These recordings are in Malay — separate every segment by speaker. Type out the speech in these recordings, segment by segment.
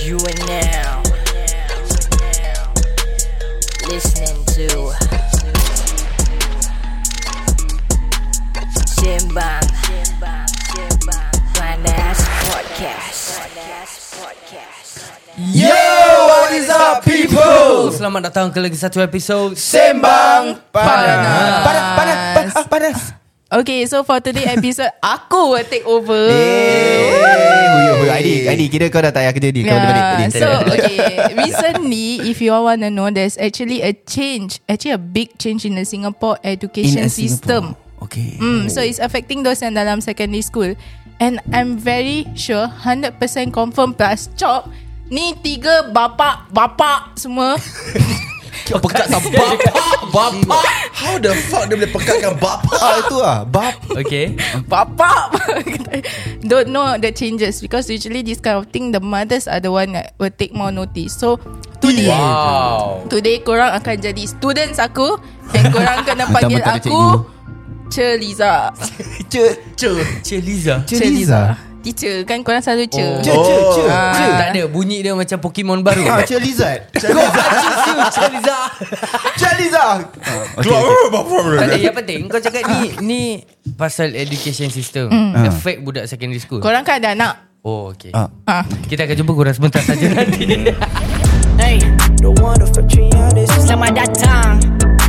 Speaker 1: You are now listening to Simbang Panas Podcast.
Speaker 2: Yo, what is up people?
Speaker 3: Selamat datang ke lagi satu episod
Speaker 2: Sembang panas.
Speaker 3: Panas, panas,
Speaker 2: panas, panas.
Speaker 4: Okay, so for today episode aku will take over.
Speaker 2: Hey, oh, Aidi, Aidi, kira kau dah tak payah kerja ni. Eh, Kau boleh balik.
Speaker 4: Yeah.
Speaker 2: Aidi.
Speaker 4: So okay, recently, if you all want to know, there's actually a change, actually a big change in the Singapore education system.
Speaker 2: Okay.
Speaker 4: Mm, so it's affecting those yang dalam secondary school. And I'm very sure 100% confirm plus chop ni tiga bapak bapak semua
Speaker 2: Pekat sama kan bapak, bapak.
Speaker 5: How the fuck dia boleh pekatkan bapa?
Speaker 2: Ah, itu ah, bap.
Speaker 3: Okay
Speaker 4: bapak don't know the changes because usually this kind of thing the mothers are the one that will take more notice. So today
Speaker 3: Wow
Speaker 4: Today korang akan jadi students aku And korang kena panggil
Speaker 2: Mentang-mentang dia
Speaker 4: aku Cher Liza
Speaker 2: Cek,
Speaker 3: Cer Cer Liza
Speaker 2: cek Liza. Oh.
Speaker 4: Teacher Kan korang selalu Cher
Speaker 2: Cek, cek, cek.
Speaker 4: Ah.
Speaker 3: Tak ada bunyi dia macam Pokemon baru
Speaker 2: Ah, cek Liza.
Speaker 3: Cer Liza
Speaker 2: Cek Liza. Oh,
Speaker 5: Keluar okay, okay.
Speaker 3: Tak ada yang penting Kau cakap ni Ni pasal education system Affect budak secondary school
Speaker 4: Korang kan ada anak
Speaker 3: Oh okay
Speaker 2: Ah.
Speaker 4: Ah.
Speaker 3: Kita akan jumpa korang sebentar saja nanti
Speaker 1: Hey, selamat datang.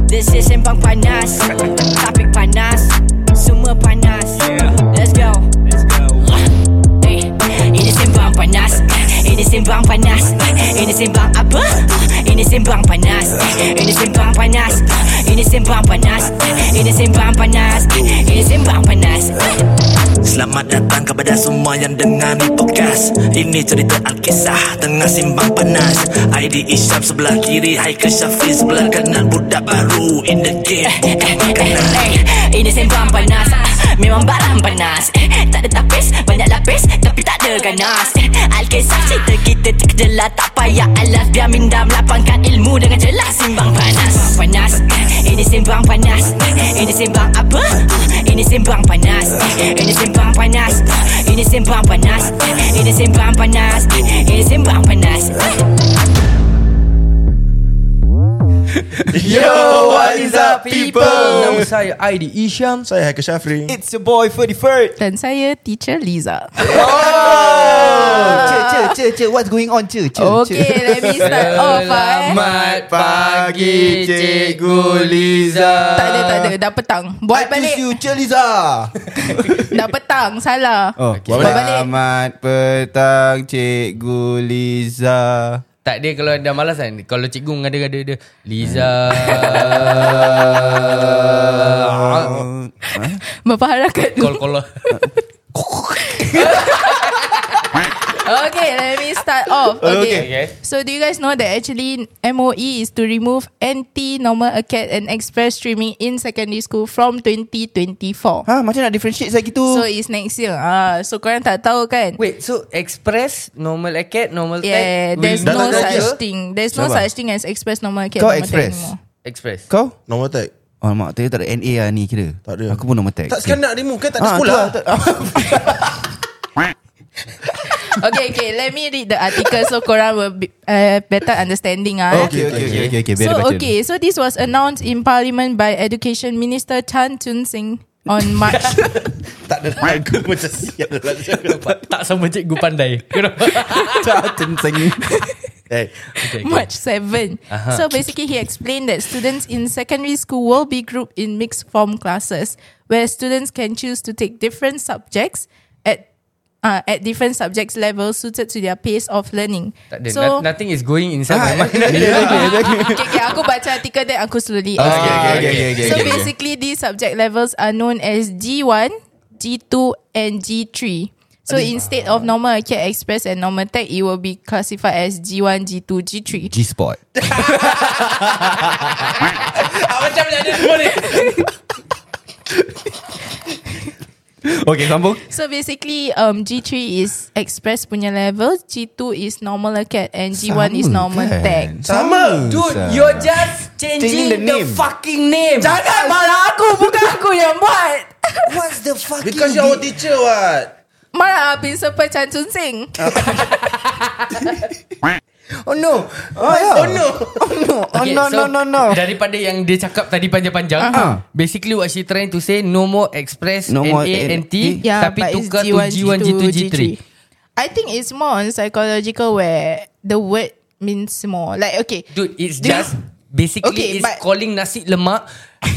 Speaker 1: This is Sembang Panas. Topik panas, semua panas. Let's go. Hey, ini Sembang Panas. Ini Sembang Panas. Ini Sembang apa? Ini Sembang Panas. Ini Sembang Panas. Ini Sembang Panas. Ini Sembang Panas. Ini Sembang Panas.
Speaker 6: Selamat datang kepada semua yang dengar ni podcast Ini cerita Alkisah tengah simbang panas ID Isyam sebelah kiri Haikal Syafiq sebelah kanan Budak baru in the game Bukan makanan
Speaker 1: Eh, Ini sembang panas Ah, Memang barang panas Eh, Tak ada tapis Banyak lapis Tapi tak ada ganas Eh, Alkisah cerita kita terkejelah Tak payah alas Biar minda melapangkan ilmu Dengan jelas Simbang panas Sembang panas Eh, Ini sembang panas Eh, Ini sembang apa? Ah, Ini sembang panas Eh, Ini sembang panas Ah, Ini sembang panas Eh, Ini sembang panas Eh, Ini sembang panas Eh.
Speaker 2: Yo, what is up
Speaker 3: Nama
Speaker 2: people?
Speaker 3: saya Aidi Isham
Speaker 5: Saya Haikal Syafri
Speaker 2: It's your boy 43rd.
Speaker 4: Dan saya Teacher Liza
Speaker 2: Cek, cek, cek, cek. What's going on, cek, cek,
Speaker 4: Okay let me start off ah, eh.
Speaker 2: pagi, Cikgu Liza.
Speaker 4: Tak ada tak ada Dah petang Buat balik
Speaker 2: you, Cik Liza.
Speaker 4: Dah petang Salah
Speaker 2: Oh,
Speaker 3: Okay.
Speaker 4: Buat balik.
Speaker 2: Selamat petang Cikgu Liza.
Speaker 3: Tak dia kalau dah malas kan Kalau cikgu mengada-gada dia Liza
Speaker 2: Ah.
Speaker 4: Memperharakan dulu
Speaker 3: Kol-kol
Speaker 4: Okay let me start off
Speaker 2: Okay.
Speaker 4: Okay,
Speaker 3: Okay.
Speaker 4: So do you guys know that actually MOE is to remove anti-normal acad and express streaming in secondary school from 2024
Speaker 2: Ha, macam nak differentiate saya gitu?
Speaker 4: So it's next year. Ah, so korang tak tahu kan?
Speaker 3: Wait, eh, so express, normal acad, normal
Speaker 4: yeah,
Speaker 3: tech,
Speaker 4: there's
Speaker 3: will
Speaker 4: no
Speaker 3: not
Speaker 4: such
Speaker 3: be
Speaker 4: thing. There's no
Speaker 2: Sabar.
Speaker 4: such thing as express normal acad.
Speaker 2: Kau
Speaker 4: normal tech
Speaker 2: express?
Speaker 4: anymore.
Speaker 3: Express.
Speaker 2: Kau?
Speaker 5: Nombor tag
Speaker 2: Oh, mak, tadi tak ada NA lah ni kira.
Speaker 5: Tak ada.
Speaker 2: Aku pun nombor tag.
Speaker 5: Tak sekarang nak remove kan Tak ada
Speaker 2: Ah,
Speaker 5: sekolah
Speaker 2: tu lah, tu-
Speaker 4: okay, okay. Let me read the article so korang will be, uh, better understanding. Ah. eh.
Speaker 2: Okay, okay, okay, okay, okay. Biar dia
Speaker 4: So
Speaker 2: baca.
Speaker 4: okay, so this was announced in Parliament by Education Minister Chan Chun Sing on March.
Speaker 5: Tak ada lagu macam sial lah.
Speaker 3: tak sama cikgu pandai. Kenapa?
Speaker 2: Cacen sengi.
Speaker 5: Eh
Speaker 3: Okay, okay.
Speaker 4: March 7.
Speaker 2: Uh-huh.
Speaker 4: So basically, he explained that students in secondary school will be grouped in mixed form classes where students can choose to take different subjects at uh, at different subjects levels suited to their pace of learning.
Speaker 3: Tak ada. So,
Speaker 4: So,
Speaker 3: nothing is going inside my mind.
Speaker 4: okay, okay, aku baca artikel then aku slowly
Speaker 2: Oh, Ah, Okay,
Speaker 4: explain.
Speaker 2: okay, okay, okay, okay,
Speaker 4: So
Speaker 2: okay.
Speaker 4: basically, these subject levels are known as G1, G2, and G3. So instead of normal acad express and normal tech, it will be classified as G1, G2, G3.
Speaker 2: G-spot.
Speaker 3: Ah, macam mana ada semua ni?
Speaker 2: Okay, sambung.
Speaker 4: So basically um, G3 is express punya level G2 is normal acad And G1 is normal
Speaker 2: kan?
Speaker 4: E tech
Speaker 2: Sama.
Speaker 3: Dude,
Speaker 2: Sama.
Speaker 3: you're just changing,
Speaker 2: Changing the name.
Speaker 3: the, fucking name.
Speaker 4: Jangan malah aku Bukan aku yang buat
Speaker 3: What's the fucking
Speaker 5: Ah, Because you're our teacher what
Speaker 4: Mara principal ah, Chan Chun Sing.
Speaker 2: Eh,
Speaker 5: Oh no
Speaker 2: Oh, yeah.
Speaker 5: Oh no
Speaker 2: Oh no, oh, no, no, no, no.
Speaker 3: Daripada yang dia cakap tadi panjang-panjang
Speaker 2: Uh-huh.
Speaker 3: Basically what she trying to say No more express
Speaker 2: No
Speaker 3: no
Speaker 2: more
Speaker 3: more N-A-N-T
Speaker 4: Yeah,
Speaker 3: Tapi
Speaker 4: Ya, but it's
Speaker 3: tukar to G1, G2, G3
Speaker 4: I think it's more on psychological where the word means more. Like okay,
Speaker 3: Dude it's
Speaker 4: Do you-
Speaker 3: just Basically okay,
Speaker 4: Okay,
Speaker 3: it's
Speaker 4: but-
Speaker 3: calling nasi lemak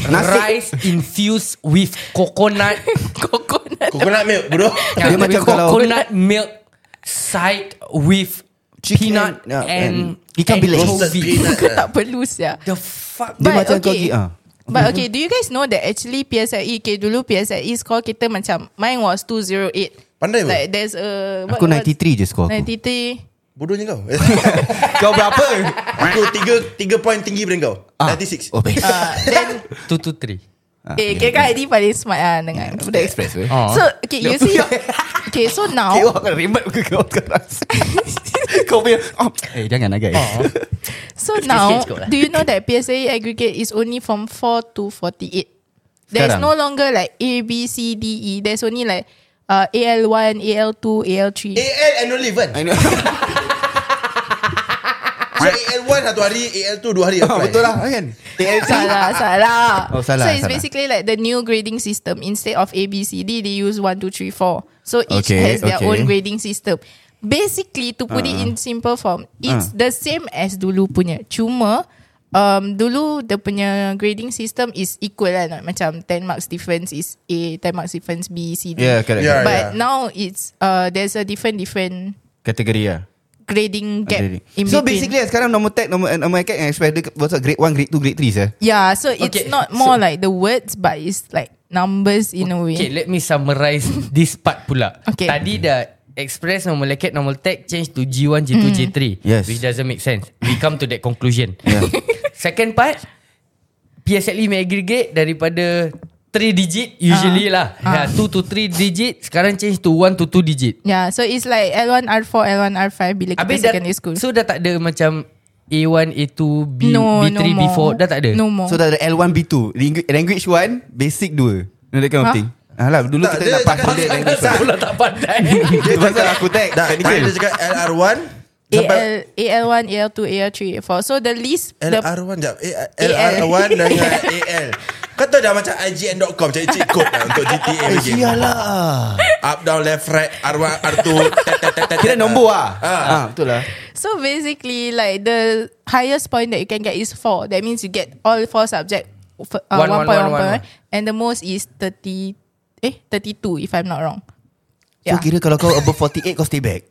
Speaker 2: Nasi-
Speaker 3: Rice infused with coconut Coconut
Speaker 5: Coconut milk bro
Speaker 3: yeah,
Speaker 2: Dia macam kalau-
Speaker 3: Coconut milk Side with
Speaker 2: Chicken,
Speaker 3: Peanut
Speaker 2: yeah,
Speaker 3: and,
Speaker 2: and ikan bilis.
Speaker 5: Roasted
Speaker 3: anchovy.
Speaker 5: peanut
Speaker 4: Kau tak perlu sia.
Speaker 3: The fuck
Speaker 2: Dia macam kau gi- ah.
Speaker 4: But okay, do you guys know that actually PSLE, E, okay, dulu PSLE score kita macam, mine was 208.
Speaker 5: Pandai pun.
Speaker 4: Like there's a...
Speaker 2: Aku 93 je score aku.
Speaker 4: 93.
Speaker 5: Bodohnya kau
Speaker 2: Kau berapa?
Speaker 5: Aku tiga Tiga point tinggi daripada kau 96
Speaker 2: Oh, baik.
Speaker 4: Uh, then,
Speaker 3: 2 to 3
Speaker 2: Ah,
Speaker 4: eh, kira kan Adi paling smart lah dengan budak express.
Speaker 2: Express weh.
Speaker 4: So, okay, you see... Okay, so now...
Speaker 2: Tengok akan remat muka kau sekarang Kau punya oh. Eh jangan lah guys oh.
Speaker 4: So now,
Speaker 3: sikit lah.
Speaker 4: do you know that PSA aggregate is only from 4 to 48? There's
Speaker 2: Sekarang?
Speaker 4: no longer like A, B, C, D, E. There's only like uh, AL1, AL2, AL3.
Speaker 5: AL annual leave kan
Speaker 2: I know.
Speaker 5: So AL1 satu hari AL2 dua hari
Speaker 2: Ah,
Speaker 5: apply.
Speaker 2: Betul lah kan TLC
Speaker 4: salah, salah.
Speaker 2: Oh, salah,
Speaker 4: So it's
Speaker 2: salah.
Speaker 4: basically like the new grading system. Instead of A, B, C, D, they use 1, 2, 3, 4. So each
Speaker 2: Okay,
Speaker 4: has their
Speaker 2: okay. Ah.
Speaker 4: own grading system. Basically, to put it in simple form, it's the same as dulu punya. Cuma, um, dulu the punya grading system is equal lah. Not? Macam 10 marks difference is A, 10 marks difference B, C, D.
Speaker 2: Yeah Ya, correct yeah.
Speaker 5: Yeah.
Speaker 4: But now it's uh, there's a different different
Speaker 2: Kategori lah
Speaker 4: grading gap
Speaker 2: Kategori.
Speaker 4: in
Speaker 2: So
Speaker 4: between.
Speaker 2: basically sekarang Nombor tag Nombor, eh, nombor acad Yang expired What's grade 1 Grade 2 grade 3 sah
Speaker 4: Yeah, so it's
Speaker 3: Okay,
Speaker 4: not more like the words, but it's like numbers in a way.
Speaker 3: Okay, let me summarize this part pula.
Speaker 4: Okay.
Speaker 3: Tadi dah express normal leket normal tech change to G1, G2,
Speaker 4: Hmm.
Speaker 3: G3.
Speaker 2: Yes.
Speaker 3: Which doesn't make sense. We come to that conclusion.
Speaker 2: Yeah.
Speaker 3: Second part, PSLE E may aggregate daripada 3 digit usually
Speaker 4: Ah.
Speaker 3: lah. Yeah, 2 to 3 digit sekarang change to 1 to 2 digit.
Speaker 4: Yeah, so it's like L1, R4, L1, R5 bila kita
Speaker 3: Habis dah,
Speaker 4: secondary school.
Speaker 3: so dah tak ada macam A1, A2, B,
Speaker 4: no,
Speaker 3: B3,
Speaker 4: no
Speaker 3: B4.
Speaker 4: more.
Speaker 3: Dah tak ada?
Speaker 4: No more.
Speaker 2: So dah ada L1 B2 Lingu- Language 1 Basic 2 You know that kind of
Speaker 4: Huh?
Speaker 2: thing Alah Ah, lah, dulu
Speaker 5: Tak,
Speaker 2: kita
Speaker 5: dia
Speaker 2: nak
Speaker 5: cakap
Speaker 2: pasal
Speaker 5: pasal-
Speaker 2: language
Speaker 3: Saya pula tak pandai.
Speaker 2: Dia pasal aku tag Eh,
Speaker 5: Dah Tadi dia cakap LR1 sampai
Speaker 4: AL, AL1, AL2, AL3, AL4. So the least, the,
Speaker 5: LR1 jap A- LR1 dengan AL Kau tahu dah macam IGN.com Cari cheat code lah Untuk GTA punya game
Speaker 2: lah. Sialah
Speaker 5: Up down left right R1 R2 tet, tet, tet, tet,
Speaker 2: Kira
Speaker 5: tet.
Speaker 2: nombor lah
Speaker 5: Ah.
Speaker 2: Ah, Betul lah
Speaker 4: so basically like the highest point that you can get is 4. That means you get all 4 subject, f- uh,
Speaker 3: One, one,
Speaker 4: 1.1
Speaker 3: one, one, one.
Speaker 4: And the most is 30, eh, 32 if I'm not wrong.
Speaker 2: So
Speaker 4: Yeah.
Speaker 2: kira kalau kau above 48 Kau stay back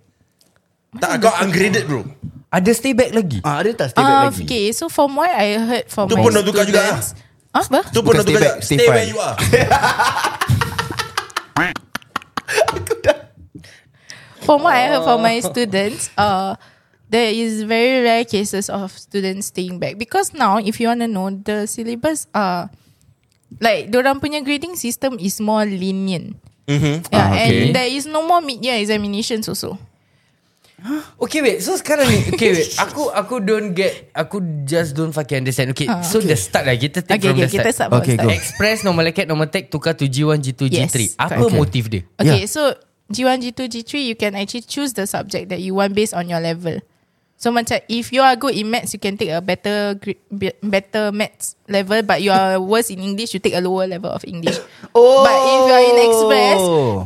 Speaker 5: Tak kau ungraded bro
Speaker 3: ada stay back lagi?
Speaker 2: Ah, Ada tak stay back
Speaker 4: Uh,
Speaker 2: lagi
Speaker 4: okay, so from what I heard from
Speaker 5: Tu
Speaker 4: my
Speaker 5: pun dah tukar juga,
Speaker 4: students- Ah, apa?
Speaker 5: Tu pun
Speaker 2: Bukan
Speaker 5: dah
Speaker 2: stay
Speaker 5: tukar
Speaker 2: back,
Speaker 5: jap.
Speaker 2: stay
Speaker 5: Stay where
Speaker 2: fine.
Speaker 5: you are
Speaker 4: From what I heard from my
Speaker 2: Oh.
Speaker 4: students, uh, there is very rare cases of students staying back because now, if you want to know, the syllabus uh, like dorang punya grading system is more lenient. Mm-hmm. Yeah,
Speaker 2: Ah, okay.
Speaker 4: and there is no more mid-year examinations also.
Speaker 3: Okay wait So sekarang ni Okay wait Aku aku don't get Aku just don't fucking understand Okay
Speaker 4: Ah,
Speaker 3: so the start lah Kita take
Speaker 4: Okay,
Speaker 3: from
Speaker 4: okay,
Speaker 3: the start
Speaker 4: kita start from
Speaker 2: Okay, go.
Speaker 4: start.
Speaker 3: Express normal acad normal tech Tukar to G1 G2
Speaker 4: Yes,
Speaker 3: G3 Apa
Speaker 4: correct.
Speaker 3: motif dia
Speaker 2: Yeah.
Speaker 4: Okay, so G1, G2, G3, you can actually choose the subject that you want based on your level. So macam if you are good in maths, you can take a better gr- be- better maths level, but you are worse in English, you take a lower level of English.
Speaker 2: Oh.
Speaker 4: But if you are in express,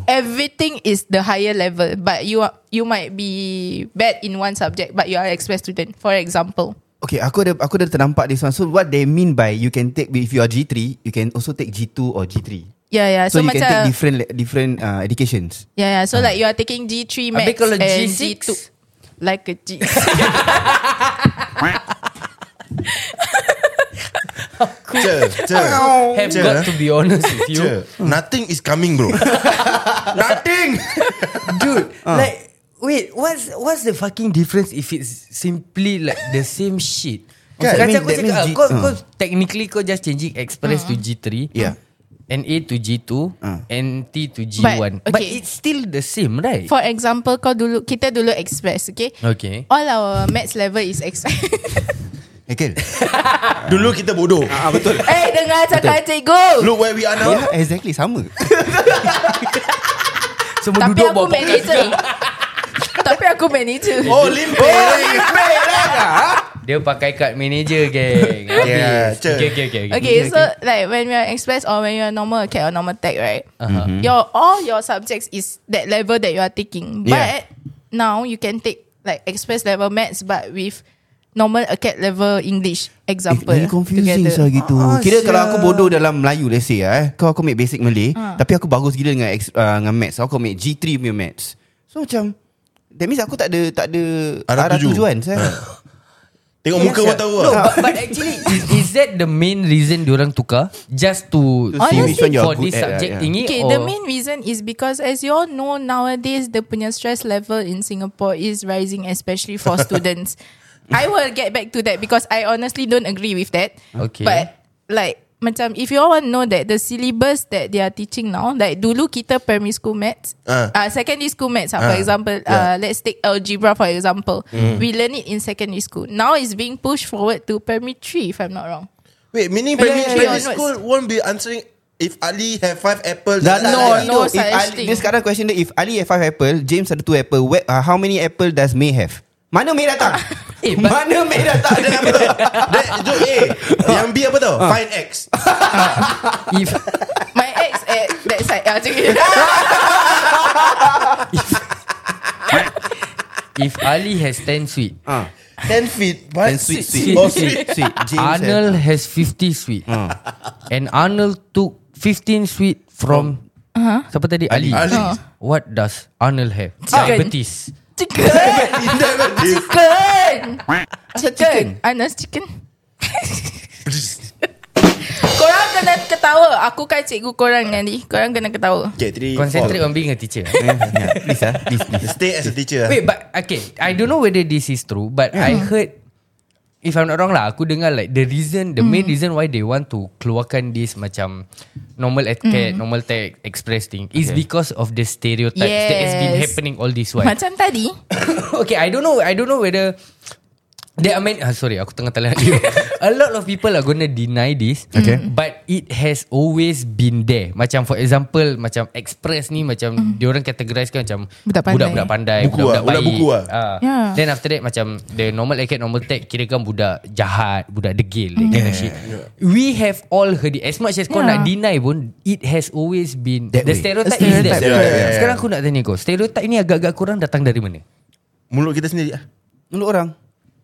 Speaker 4: everything is the higher level, but you are you might be bad in one subject, but you are express student, for example.
Speaker 2: Okay, aku ada aku ada ternampak this one. So what they mean by you can take if you are G3, you can also take G2 or G3.
Speaker 4: Yeah, yeah.
Speaker 2: So,
Speaker 4: So,
Speaker 2: you can take Ah.
Speaker 4: macam
Speaker 2: different le- different uh, educations.
Speaker 4: yeah, yeah. So like you are taking G3 maths
Speaker 3: Habis kalau
Speaker 4: and
Speaker 3: G6
Speaker 4: G2 like a G.
Speaker 5: Ce Ce
Speaker 3: Have
Speaker 5: Ce
Speaker 3: got to
Speaker 2: eh?
Speaker 3: be honest with you
Speaker 5: Ce Nothing is coming bro Nothing
Speaker 3: Dude
Speaker 2: ah.
Speaker 3: Like Wait What's what's the fucking difference If it's simply like The same shit
Speaker 2: Kan, that
Speaker 3: Kan, Macam
Speaker 2: means-
Speaker 3: aku cakap
Speaker 2: that means
Speaker 3: ah, kau,
Speaker 2: G- ah.
Speaker 3: kau Technically kau just changing Express
Speaker 4: Ah.
Speaker 3: to G3
Speaker 2: Yeah.
Speaker 3: And A to G2
Speaker 2: Ah.
Speaker 3: And T to G1
Speaker 4: But,
Speaker 3: But,
Speaker 4: okay.
Speaker 3: it's still the same right
Speaker 4: For example, kau dulu kita dulu express, okay?
Speaker 3: Okay
Speaker 4: All our maths level is express.
Speaker 2: Ekel.
Speaker 5: Dulu kita bodoh
Speaker 2: ah betul.
Speaker 4: Eh, hey, dengar cakap cikgu.
Speaker 5: Look where we are now
Speaker 2: yeah, exactly sama.
Speaker 3: Semua
Speaker 4: Tapi
Speaker 3: duduk bawah
Speaker 4: aku
Speaker 3: podcast
Speaker 4: manager Tapi aku manager
Speaker 5: Oh limpe
Speaker 3: Dia pakai kad manager geng
Speaker 5: Yeah,
Speaker 3: Habis.
Speaker 5: cek.
Speaker 3: okay, okay, okay, okay.
Speaker 4: Okay, so like when you're express or when you're normal acad or normal tech, right?
Speaker 3: Uh-huh.
Speaker 4: Your all your subjects is that level that you are taking.
Speaker 5: Yeah.
Speaker 4: But now you can take like express level maths, but with normal acad level English example.
Speaker 2: Eh, confusing
Speaker 4: together.
Speaker 2: sah gitu
Speaker 5: Ah,
Speaker 2: Kira kalau
Speaker 5: sia.
Speaker 2: aku bodoh dalam Melayu Let's say eh Kau aku ambil basic Malay
Speaker 4: Ah.
Speaker 2: Tapi aku bagus gila dengan ex- uh, dengan maths Aku ambil G3 punya maths So macam That means aku tak ada Tak ada
Speaker 5: Arah
Speaker 2: Arah
Speaker 5: tuju.
Speaker 2: tujuan saya.
Speaker 5: Tengok muka pun tahu
Speaker 3: No,
Speaker 5: lah
Speaker 3: but, but actually is, is that the main reason diorang tukar just to
Speaker 2: To see which one you are
Speaker 3: for
Speaker 2: good
Speaker 3: this
Speaker 2: at,
Speaker 3: subject
Speaker 2: yeah.
Speaker 3: thingy
Speaker 4: Okay,
Speaker 3: or
Speaker 4: the main reason is because as you all know nowadays the punya stress level in Singapore is rising, especially for students. I will get back to that because I honestly don't agree with that.
Speaker 3: Okay.
Speaker 4: But like macam if you all want to know that the syllabus that they are teaching now, like dulu kita primary school maths,
Speaker 5: Ah.
Speaker 4: uh, secondary school maths, uh, for
Speaker 5: Ah,
Speaker 4: example,
Speaker 5: yeah. Mm.
Speaker 4: uh, let's take algebra for example. We learn it in secondary school. Now it's being pushed forward to primary three, if I'm not wrong.
Speaker 5: Wait meaning primary,
Speaker 4: yeah, yeah.
Speaker 5: primary
Speaker 4: Yeah,
Speaker 5: school Won't be answering If Ali have five apples
Speaker 2: Dah no,
Speaker 5: tak lah,
Speaker 4: no
Speaker 2: if
Speaker 4: such
Speaker 2: Ali,
Speaker 4: thing.
Speaker 2: Dia sekarang question dia If Ali have five apple James ada two apple where, uh, How many apple does May have? Mana May datang?
Speaker 3: Eh, but-
Speaker 2: Mana May datang?
Speaker 5: Dia apa tau Dia itu A eh. Yang B apa tau
Speaker 2: Ah.
Speaker 5: Find X
Speaker 3: if
Speaker 4: My ex at that side. Ah, cakap.
Speaker 3: if Ali has 10 sweet
Speaker 2: Ah,
Speaker 5: 10 feet
Speaker 2: Then sweet, sweet,
Speaker 5: Oh,
Speaker 2: sweet,
Speaker 5: sweet.
Speaker 2: sweet. James
Speaker 3: Arnold has 50 sweet and Arnold took 15 sweet from
Speaker 4: Uh-huh.
Speaker 3: siapa tadi Ali,
Speaker 5: Ali.
Speaker 4: Ah.
Speaker 3: what does Arnold have
Speaker 4: Chicken.
Speaker 3: diabetes
Speaker 4: Chicken. Chicken. Chicken. Anas chicken. korang kena ketawa. Aku kan cikgu korang nanti. Korang kena ketawa.
Speaker 5: Okay three
Speaker 3: concentrate
Speaker 5: four.
Speaker 3: on being a teacher
Speaker 2: yeah, please ah, please, please.
Speaker 5: Stay as a teacher
Speaker 3: Wait, but okay, I don't know whether this is true, but I heard if I'm not wrong lah, aku dengar like the reason, the main reason why they want to keluarkan this macam normal etiquette, normal tech express thing is because of the stereotypes that has been
Speaker 4: Yes.
Speaker 3: happening all this while.
Speaker 4: Macam tadi.
Speaker 3: okay, I don't know, I don't know whether there are many. Ah, sorry, aku tengah telan you. A lot of people are gonna deny this, okay.
Speaker 4: Mm-hmm.
Speaker 3: But it has always been there. Macam for example, macam express ni macam diorang categorize kan macam
Speaker 4: Mm-hmm. Budak pandai.
Speaker 3: budak-budak pandai,
Speaker 5: Buku
Speaker 3: budak-budak
Speaker 5: ah, budak
Speaker 3: baik.
Speaker 5: buku ah.
Speaker 3: Ah.
Speaker 4: Yeah.
Speaker 3: Then after that macam the normal acad, normal tech kira kan budak jahat, budak degil, that kind of shit. We have all heard it. As much as kau
Speaker 4: Yeah.
Speaker 3: nak deny pun, it has always been
Speaker 2: That way.
Speaker 3: the stereotype,
Speaker 4: The
Speaker 3: is that.
Speaker 4: stereotype.
Speaker 5: Yeah, yeah, yeah.
Speaker 3: Sekarang aku nak tanya kau, stereotype ni agak-agak kurang datang dari mana?
Speaker 5: Mulut kita sendiri ah.
Speaker 2: Untuk orang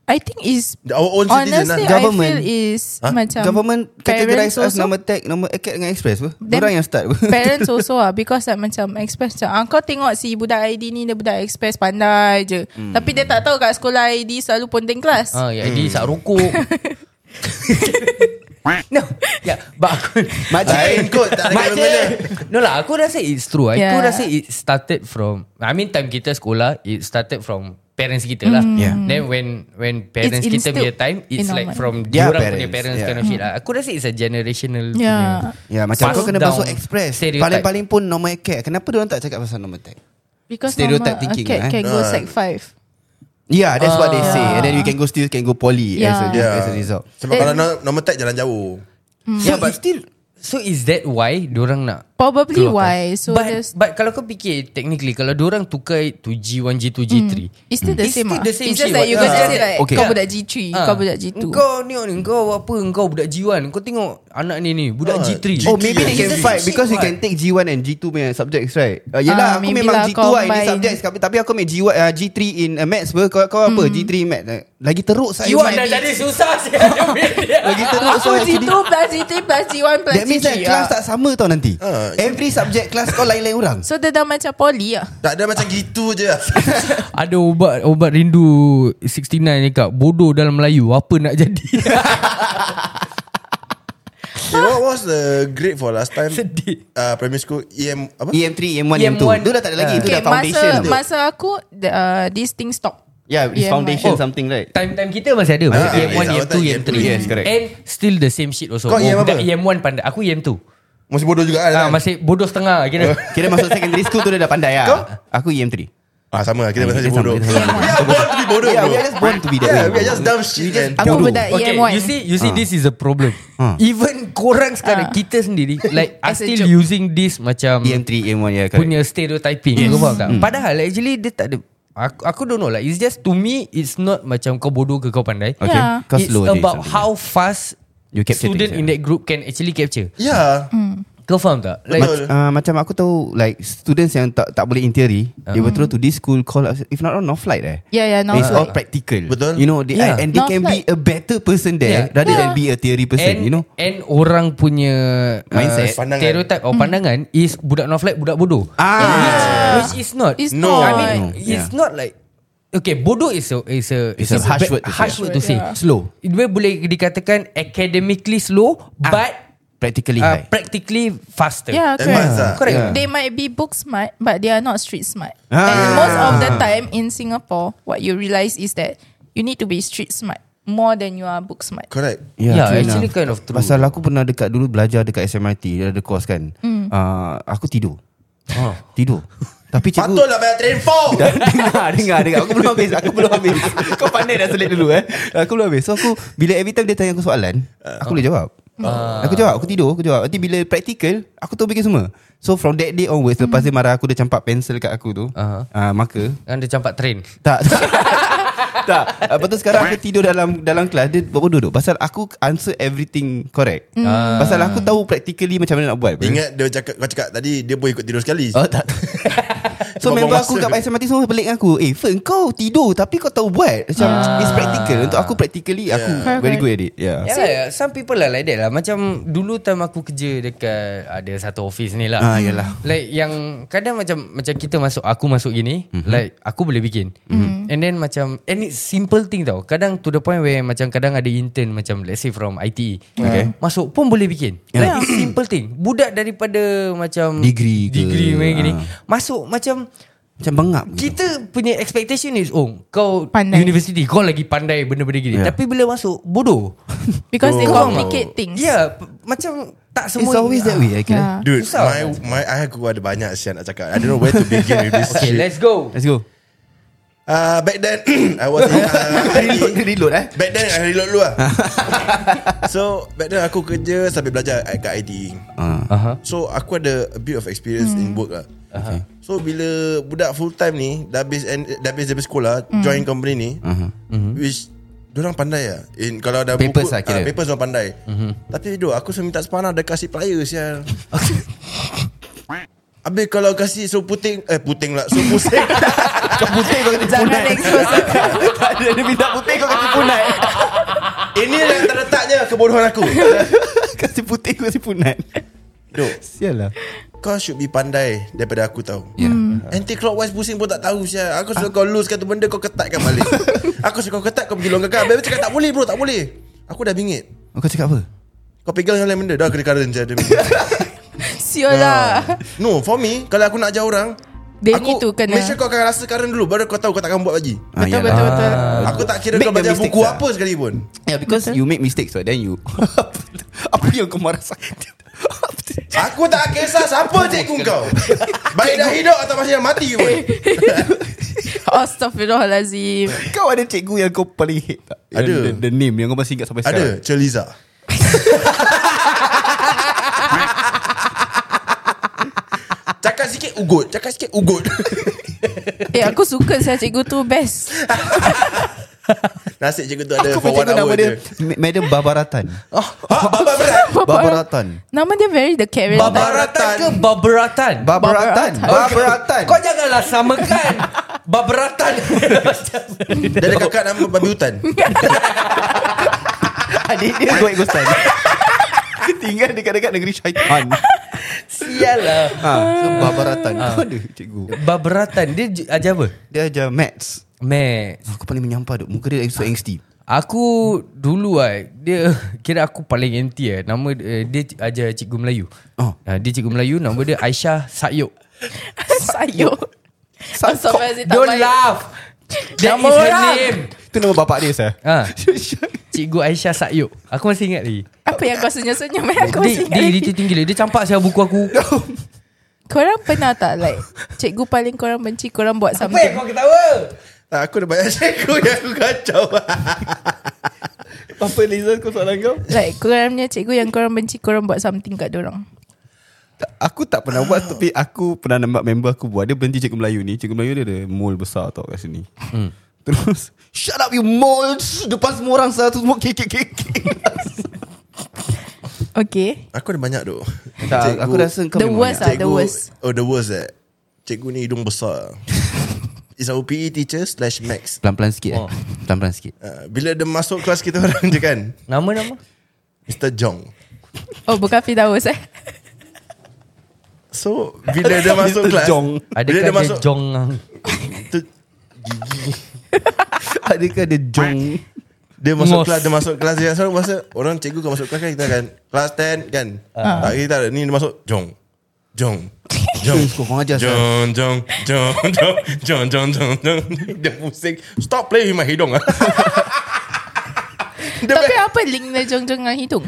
Speaker 4: I think is
Speaker 5: Our own citizen
Speaker 4: honestly
Speaker 5: lah.
Speaker 4: I
Speaker 2: Government.
Speaker 4: feel is macam
Speaker 2: Government
Speaker 4: parents
Speaker 2: categorize us
Speaker 4: also.
Speaker 2: Nama tag Nama acad dengan express pun
Speaker 4: Then-
Speaker 2: Orang yang start pun
Speaker 4: Parents also lah Because like macam Express macam ah, Kau tengok si budak ID ni Dia budak express pandai je
Speaker 2: Hmm.
Speaker 4: Tapi dia tak tahu kat sekolah ID Selalu ponteng kelas
Speaker 3: Ah, ya, hmm. sak rokok. no. Ya, but aku
Speaker 2: Makcik
Speaker 5: Lain kot Tak ada
Speaker 3: Macam
Speaker 5: benda
Speaker 3: No lah Aku rasa it's true yeah. Aku
Speaker 4: Yeah.
Speaker 3: rasa it started from I mean time kita sekolah It started from Parents kita lah
Speaker 2: Yeah.
Speaker 3: Then when When parents
Speaker 4: Hmm. It's
Speaker 3: kita punya
Speaker 4: instilled
Speaker 3: time It's
Speaker 4: in our
Speaker 3: like
Speaker 4: mind. Hmm.
Speaker 3: from
Speaker 2: Their
Speaker 3: Diorang punya
Speaker 2: parents,
Speaker 3: parents
Speaker 2: yeah.
Speaker 3: kind of shit lah Aku rasa it's a generational
Speaker 4: Yeah.
Speaker 3: punya
Speaker 2: Ya macam
Speaker 3: Pass
Speaker 2: kau kena
Speaker 3: down
Speaker 2: masuk express
Speaker 3: stereotype.
Speaker 2: Paling-paling pun normal acad Kenapa orang tak cakap pasal normal tag
Speaker 4: Because
Speaker 2: Stereotype
Speaker 4: normal
Speaker 2: thinking
Speaker 4: acad
Speaker 2: lah, eh.
Speaker 4: Can go
Speaker 5: Ah.
Speaker 4: sec 5
Speaker 2: Yeah Ya, that's what they say
Speaker 4: Ah.
Speaker 2: And then you can go still Can go poly
Speaker 4: Yeah.
Speaker 2: as, a,
Speaker 5: Yeah.
Speaker 2: as a result
Speaker 5: Ya. Sebab kalau no- normal tag jalan jauh
Speaker 2: Hmm.
Speaker 3: Yeah
Speaker 5: Ya,
Speaker 3: but still So is that why Diorang nak
Speaker 4: Probably
Speaker 3: keluarkan?
Speaker 4: why So
Speaker 3: but,
Speaker 4: there's
Speaker 3: but kalau kau fikir Technically Kalau diorang tukar it To G1 G2 G3
Speaker 4: It's still the
Speaker 3: It's
Speaker 4: same
Speaker 3: still
Speaker 4: ah.
Speaker 3: the same
Speaker 4: It's
Speaker 3: shit
Speaker 4: just
Speaker 3: what-
Speaker 4: that you gonna
Speaker 3: Yeah.
Speaker 4: say like
Speaker 2: Okay.
Speaker 4: Kau
Speaker 2: Yeah.
Speaker 4: budak G3
Speaker 3: Ah.
Speaker 4: Kau budak G2
Speaker 3: Kau ni ni Kau apa Kau budak G1 Kau tengok anak ni ni Budak
Speaker 5: Ah,
Speaker 3: G3
Speaker 2: Oh maybe they
Speaker 5: G3.
Speaker 2: can fight Because you
Speaker 3: What?
Speaker 2: can take G1 and G2 punya subjects right uh, Yelah
Speaker 4: Ah,
Speaker 2: aku
Speaker 4: maybe
Speaker 2: memang
Speaker 4: lah
Speaker 2: G2 lah ini
Speaker 4: combine.
Speaker 2: subjects Tapi tapi aku ambil G1, uh, G3 in uh, maths pun Kau, kau
Speaker 4: Hmm.
Speaker 2: apa G3 in maths eh. Lagi teruk saya
Speaker 3: You
Speaker 2: main.
Speaker 3: dah jadi susah sial.
Speaker 2: Lagi teruk
Speaker 4: Aku
Speaker 2: saya
Speaker 4: G2 Oh, plus G3 plus G1 plus
Speaker 2: That means
Speaker 4: G3
Speaker 2: that kelas tak sama tau nanti
Speaker 5: Ah.
Speaker 2: Every subject kelas kau lain-lain orang
Speaker 4: So dia dah macam poly ah.
Speaker 5: Tak ada macam gitu je
Speaker 3: Ada ubat ubat rindu 69 ni kak Bodoh dalam Melayu Apa nak jadi
Speaker 5: okay, What was the grade for last time
Speaker 3: Sedih
Speaker 5: uh, Primary school EM Apa
Speaker 2: EM3, EM1, EM2
Speaker 3: EM1.
Speaker 2: Itu dah tak ada lagi Ah, Itu
Speaker 4: E Okay,
Speaker 2: dah foundation
Speaker 4: masa
Speaker 2: tu.
Speaker 4: masa E aku the- uh, this thing stop.
Speaker 2: Yeah it's
Speaker 4: EM1.
Speaker 2: foundation
Speaker 3: Oh.
Speaker 2: something right E
Speaker 3: Time-time kita masih ada Masih
Speaker 5: Ah,
Speaker 3: EM1,
Speaker 5: yes,
Speaker 3: EM2,
Speaker 5: our time
Speaker 3: EM3
Speaker 5: EM3.
Speaker 2: Yes, correct.
Speaker 4: Eh.
Speaker 3: And still the same shit also
Speaker 5: Kau EM
Speaker 3: Budak
Speaker 5: apa?
Speaker 3: EM1 pandai Aku EM2
Speaker 5: Masih bodoh juga
Speaker 3: ah,
Speaker 5: kan
Speaker 2: Oh,
Speaker 3: Masih bodoh setengah kira.
Speaker 2: Kira masuk secondary school tu dia dah pandai lah ah. Aku EM3
Speaker 5: Ah sama lah, kita
Speaker 2: Kita
Speaker 5: sama
Speaker 2: sama,
Speaker 5: bodoh.
Speaker 2: kita sama.
Speaker 5: We are born to be bodoh.
Speaker 2: Yeah,
Speaker 5: bro.
Speaker 2: we are just born to be that
Speaker 5: Yeah,
Speaker 2: way.
Speaker 5: we are just dumb shit. kan? man.
Speaker 4: Apa
Speaker 2: Bodoh.
Speaker 4: budak
Speaker 3: Okay,
Speaker 4: EMY?
Speaker 3: you see, you see,
Speaker 2: Ah.
Speaker 3: this is a problem.
Speaker 2: Ah.
Speaker 3: Even korang sekarang kita sendiri, like, are
Speaker 4: As a
Speaker 3: still
Speaker 4: joke.
Speaker 3: using this macam
Speaker 2: EM3, EM1 E yeah, correct. Hmm.
Speaker 3: punya stereotyping. Yes. Kau faham tak? Padahal actually dia tak ada. Aku, aku don't know lah. It's just to me, it's not macam kau bodoh ke kau pandai.
Speaker 2: Okay.
Speaker 4: Yeah.
Speaker 2: Kau
Speaker 3: it's
Speaker 2: slow je,
Speaker 3: about
Speaker 2: something.
Speaker 3: how fast
Speaker 2: You capture
Speaker 3: student
Speaker 2: things,
Speaker 3: in
Speaker 2: yeah.
Speaker 3: that group can actually capture.
Speaker 5: Yeah.
Speaker 2: Hmm.
Speaker 3: Kau faham tak? Like,
Speaker 5: Betul.
Speaker 2: Uh, macam aku tahu like students yang tak tak boleh in theory uh. they
Speaker 3: Ah.
Speaker 2: will throw to this school call us- if not on no flight eh
Speaker 4: Yeah, yeah, no
Speaker 2: it's all
Speaker 4: flight.
Speaker 2: practical
Speaker 5: Betul.
Speaker 2: you know they,
Speaker 3: Yeah.
Speaker 2: and they
Speaker 4: No
Speaker 2: can be
Speaker 4: flight.
Speaker 2: a better person there
Speaker 3: Yeah.
Speaker 2: rather than be a
Speaker 4: Yeah.
Speaker 2: theory person
Speaker 3: and,
Speaker 2: you know
Speaker 3: and orang punya
Speaker 2: Mindset.
Speaker 3: uh,
Speaker 5: Pandangan.
Speaker 3: stereotype or pandangan is budak no flight budak bodoh.
Speaker 2: Ah.
Speaker 3: Which, which is not.
Speaker 4: It's
Speaker 5: No,
Speaker 4: not.
Speaker 5: I
Speaker 3: I mean,
Speaker 2: No,
Speaker 3: it's not like Okay, bodoh is a is a
Speaker 2: It's a harsh
Speaker 3: bad-
Speaker 2: word to say.
Speaker 3: harsh word to say.
Speaker 4: Yeah.
Speaker 2: Slow.
Speaker 3: Dia boleh dikatakan academically slow
Speaker 2: Ah.
Speaker 3: but
Speaker 2: practically
Speaker 3: uh,
Speaker 2: high
Speaker 3: practically faster.
Speaker 4: yeah,
Speaker 5: Advanced
Speaker 4: correct.
Speaker 5: lah.
Speaker 3: Correct.
Speaker 2: ah, Yeah.
Speaker 4: They might be book smart, but they are not street smart.
Speaker 2: Ah.
Speaker 4: And most of the time in Singapore, what you realize is that you need to be street smart more than you are book smart.
Speaker 5: Correct.
Speaker 3: Yeah,
Speaker 2: true
Speaker 3: actually kind of true.
Speaker 2: Pasal aku pernah dekat dulu belajar dekat SMIT dia ada course kan mm.
Speaker 4: Hmm.
Speaker 2: uh, aku tidur
Speaker 3: Oh.
Speaker 2: tidur tapi cikgu
Speaker 5: Patutlah bayar train 4.
Speaker 2: dengar, dengar, dengar. Aku belum habis, aku belum habis. Kau pandai dah selit dulu eh. Aku belum habis. So aku bila every time dia tanya aku soalan, aku boleh jawab. Aku jawab, aku tidur, aku jawab. Nanti bila practical, aku tahu bikin semua. So from that day onwards, lepas dia marah aku dia campak pensel kat aku tu.
Speaker 3: Aha.
Speaker 2: Ah, marker.
Speaker 3: Kan dia campak train.
Speaker 2: Tak. tak. tak. Lepas tu sekarang aku tidur dalam dalam kelas dia buat bodoh duduk. Pasal aku answer everything correct. Pasal aku tahu practically macam mana nak buat. apa.
Speaker 5: Ingat dia cakap kau cakap tadi dia boleh ikut tidur sekali.
Speaker 2: Oh tak So
Speaker 5: Buang-buang
Speaker 2: member aku
Speaker 5: masa.
Speaker 2: kat Aisyah Mati Semua pelik dengan aku Eh Fern kau tidur Tapi kau tahu buat Macam ah. It's practical Untuk aku practically Aku
Speaker 4: Yeah.
Speaker 2: very good at it Yeah,
Speaker 3: Yeah, lah, yeah. some people lah like that lah. Macam dulu time aku kerja dekat ada satu office ni lah.
Speaker 2: Ah, yalah.
Speaker 3: Like yang kadang macam macam kita masuk aku masuk gini,
Speaker 2: Mhm.
Speaker 3: mm-hmm. like aku boleh bikin.
Speaker 4: Mhm.
Speaker 3: Mm-hmm. And then macam and it's simple thing tau. Kadang to the point where macam kadang ada intern macam let's say from IT.
Speaker 2: Okay.
Speaker 3: Masuk pun boleh bikin. Yeah. Like it's simple thing. Budak daripada macam
Speaker 2: Degree ke,
Speaker 3: degree macam gini.
Speaker 2: ah.
Speaker 3: Masuk macam
Speaker 2: Macam bengap
Speaker 3: kita punya expectation is Oh kau
Speaker 4: Pandai.
Speaker 3: University Kau lagi pandai Benda-benda gini
Speaker 2: Yeah.
Speaker 3: Tapi bila masuk Bodoh
Speaker 4: Because they
Speaker 5: Oh.
Speaker 4: complicate things.
Speaker 3: Yeah p- Macam Tak semua Ah.
Speaker 2: It's always
Speaker 4: ya.
Speaker 2: that way I kira
Speaker 4: Yeah.
Speaker 5: Dude,
Speaker 3: Susah.
Speaker 5: my my aku ada banyak sian nak cakap. I don't know where to begin with this
Speaker 3: Okay
Speaker 5: shit.
Speaker 3: let's go
Speaker 2: Let's go
Speaker 5: Uh, back then I was in
Speaker 2: Reload
Speaker 5: uh,
Speaker 2: dia reload eh
Speaker 5: Back then I reload dulu lah So back then aku kerja Sambil belajar I- Kat IT
Speaker 2: Ah.
Speaker 3: uh-huh.
Speaker 5: So aku ada A bit of experience In work lah
Speaker 2: Okay.
Speaker 5: So bila Budak full time ni Dah habis en- Dah habis daripada sekolah Join company ni Which Diorang pandai lah In, Kalau dah
Speaker 2: Papers
Speaker 5: buku,
Speaker 2: lah kira.
Speaker 5: ah, Papers diorang pandai Tapi duk Aku selalu minta sepanah Dia kasih plier sial Habis kalau kasih So puting Eh puting lah So pusing
Speaker 2: Kau putih kau kena
Speaker 4: Jangan Ah. expose
Speaker 2: Tak ada Dia minta putih kau kasi punat
Speaker 5: Ini lah terletaknya Kebodohan aku
Speaker 2: Kasi putih kau kasi punat
Speaker 5: Duk
Speaker 2: Sial lah
Speaker 5: Kau should be pandai Daripada aku tahu
Speaker 2: Ya.
Speaker 5: yeah. Anti clockwise pusing pun tak tahu sia. Aku suruh kau lose satu benda Kau ketatkan balik Aku suruh kau ketat Kau pergi longgarkan Habis cakap tak boleh bro Tak boleh Aku dah bingit
Speaker 2: Oh, Kau cakap apa?
Speaker 5: Kau pegang yang lain benda Dah kena current je ada.
Speaker 4: Sure lah.
Speaker 5: Ha. No for me Kalau aku nak ajar orang
Speaker 4: They
Speaker 5: Ah. aku,
Speaker 4: need to kena.
Speaker 5: Make sure kau akan rasa current dulu Baru kau tahu kau takkan buat lagi
Speaker 2: Ah, yalah.
Speaker 4: Betul, betul, betul. Ya,
Speaker 5: Aku tak kira
Speaker 2: Make
Speaker 5: kau
Speaker 2: the
Speaker 5: baca
Speaker 2: mistakes
Speaker 5: buku
Speaker 2: lah.
Speaker 5: apa sekali pun
Speaker 2: Yeah because you make mistakes right? Then you Apa yang kau marah sangat
Speaker 5: Aku tak kisah siapa cikgu kau Baik dah hidup atau masih dah mati pun
Speaker 4: Astaghfirullahalazim.
Speaker 2: Kau ada cikgu yang kau paling hate tak? Yang
Speaker 5: Ada.
Speaker 2: The, the name yang kau masih ingat sampai sekarang
Speaker 5: Ada Celiza Cakap sikit ugut Cakap sikit ugut
Speaker 4: Eh, aku suka saya cikgu tu best.
Speaker 5: Nasib cikgu tu ada
Speaker 2: Aku
Speaker 5: For
Speaker 2: macam
Speaker 5: one
Speaker 2: nama
Speaker 5: hour
Speaker 2: dia
Speaker 5: je
Speaker 2: Ma- Madam Babaratan
Speaker 5: oh, ah, Babar berat
Speaker 2: Babaratan
Speaker 4: Nama dia very the Karen.
Speaker 3: Babaratan ke Babaratan
Speaker 2: Babaratan Babaratan
Speaker 3: Kau janganlah samakan Babaratan
Speaker 5: Dia ada kakak nama babi hutan
Speaker 2: Adik Ah, dia Goik Gostan Tinggal dekat-dekat negeri syaitan
Speaker 3: Sial lah
Speaker 2: ha, So Babaratan Kau ada cikgu
Speaker 3: Babaratan Dia j- ajar apa?
Speaker 2: Dia ajar maths
Speaker 3: Maths
Speaker 2: Aku paling menyampah duk Muka dia so angsty
Speaker 3: Aku dulu lah Dia Kira aku paling anti lah Nama eh, dia c- ajar cikgu Melayu
Speaker 2: Oh.
Speaker 3: Ah, Dia cikgu Melayu Nama dia Aisyah Sayuk
Speaker 4: Sayur. Astaghfirullahalazim. tak
Speaker 3: Don't
Speaker 4: baik.
Speaker 3: laugh That
Speaker 4: Nama
Speaker 3: is her
Speaker 4: orang.
Speaker 3: name
Speaker 2: Itu nama bapak dia sah
Speaker 3: Ah. Cikgu Aisyah Sayuk Aku masih ingat lagi
Speaker 4: Apa yang kau senyum-senyum eh? Aku
Speaker 3: Dia,
Speaker 4: masih ingat
Speaker 3: dia
Speaker 4: lagi.
Speaker 3: irritating gila Dia campak saya buku aku
Speaker 4: Korang pernah tak like Cikgu paling korang benci Korang buat something
Speaker 3: kau ketawa?
Speaker 5: Tak, Ah, aku ada banyak cikgu yang aku kacau.
Speaker 2: Apa Liza kau soalan kau?
Speaker 4: Like korang punya cikgu Yang korang benci Korang buat something kat dorang
Speaker 2: Aku tak pernah buat Tapi aku pernah nampak member aku buat Dia berhenti cikgu Melayu ni Cikgu Melayu dia ada mole besar tau kat sini hmm. Terus Shut up you moles Depan semua orang satu Semua kekek-kekek
Speaker 4: Okay
Speaker 5: Aku ada banyak tu.
Speaker 2: Tak aku rasa kau
Speaker 4: The
Speaker 2: memang
Speaker 4: worst
Speaker 2: banyak.
Speaker 4: lah the worst
Speaker 5: Oh, the worst eh. Cikgu ni hidung besar. Is our PE teacher slash Max.
Speaker 2: Pelan-pelan sikit eh.
Speaker 3: Oh.
Speaker 2: Pelan-pelan sikit
Speaker 5: Uh, bila dia masuk kelas kita orang je kan.
Speaker 3: Nama-nama?
Speaker 5: Mr. Jong.
Speaker 4: Oh bukan Fidaus eh
Speaker 5: So, bila dia masuk
Speaker 2: Mr.
Speaker 5: kelas.
Speaker 2: Jong.
Speaker 5: Bila
Speaker 3: Adakah
Speaker 5: dia
Speaker 3: dia,
Speaker 5: masuk.
Speaker 3: jong
Speaker 5: tu-
Speaker 2: Adakah dia jong
Speaker 5: Dia masuk
Speaker 3: Mos.
Speaker 5: kelas Dia masuk kelas Dia selalu masa Orang cikgu kalau masuk kelas kan Kita akan Kelas 10 kan Tak kita ada Ni dia masuk Jong Jong Jong
Speaker 2: Kau korang ajar, Sal.
Speaker 5: Jong Jong Jong Jong Jong Jong Jong Jong Dia pusing Stop playing with my hidung ah. Dia
Speaker 4: Tapi
Speaker 5: be-
Speaker 4: apa link dia jong-jong dengan hidung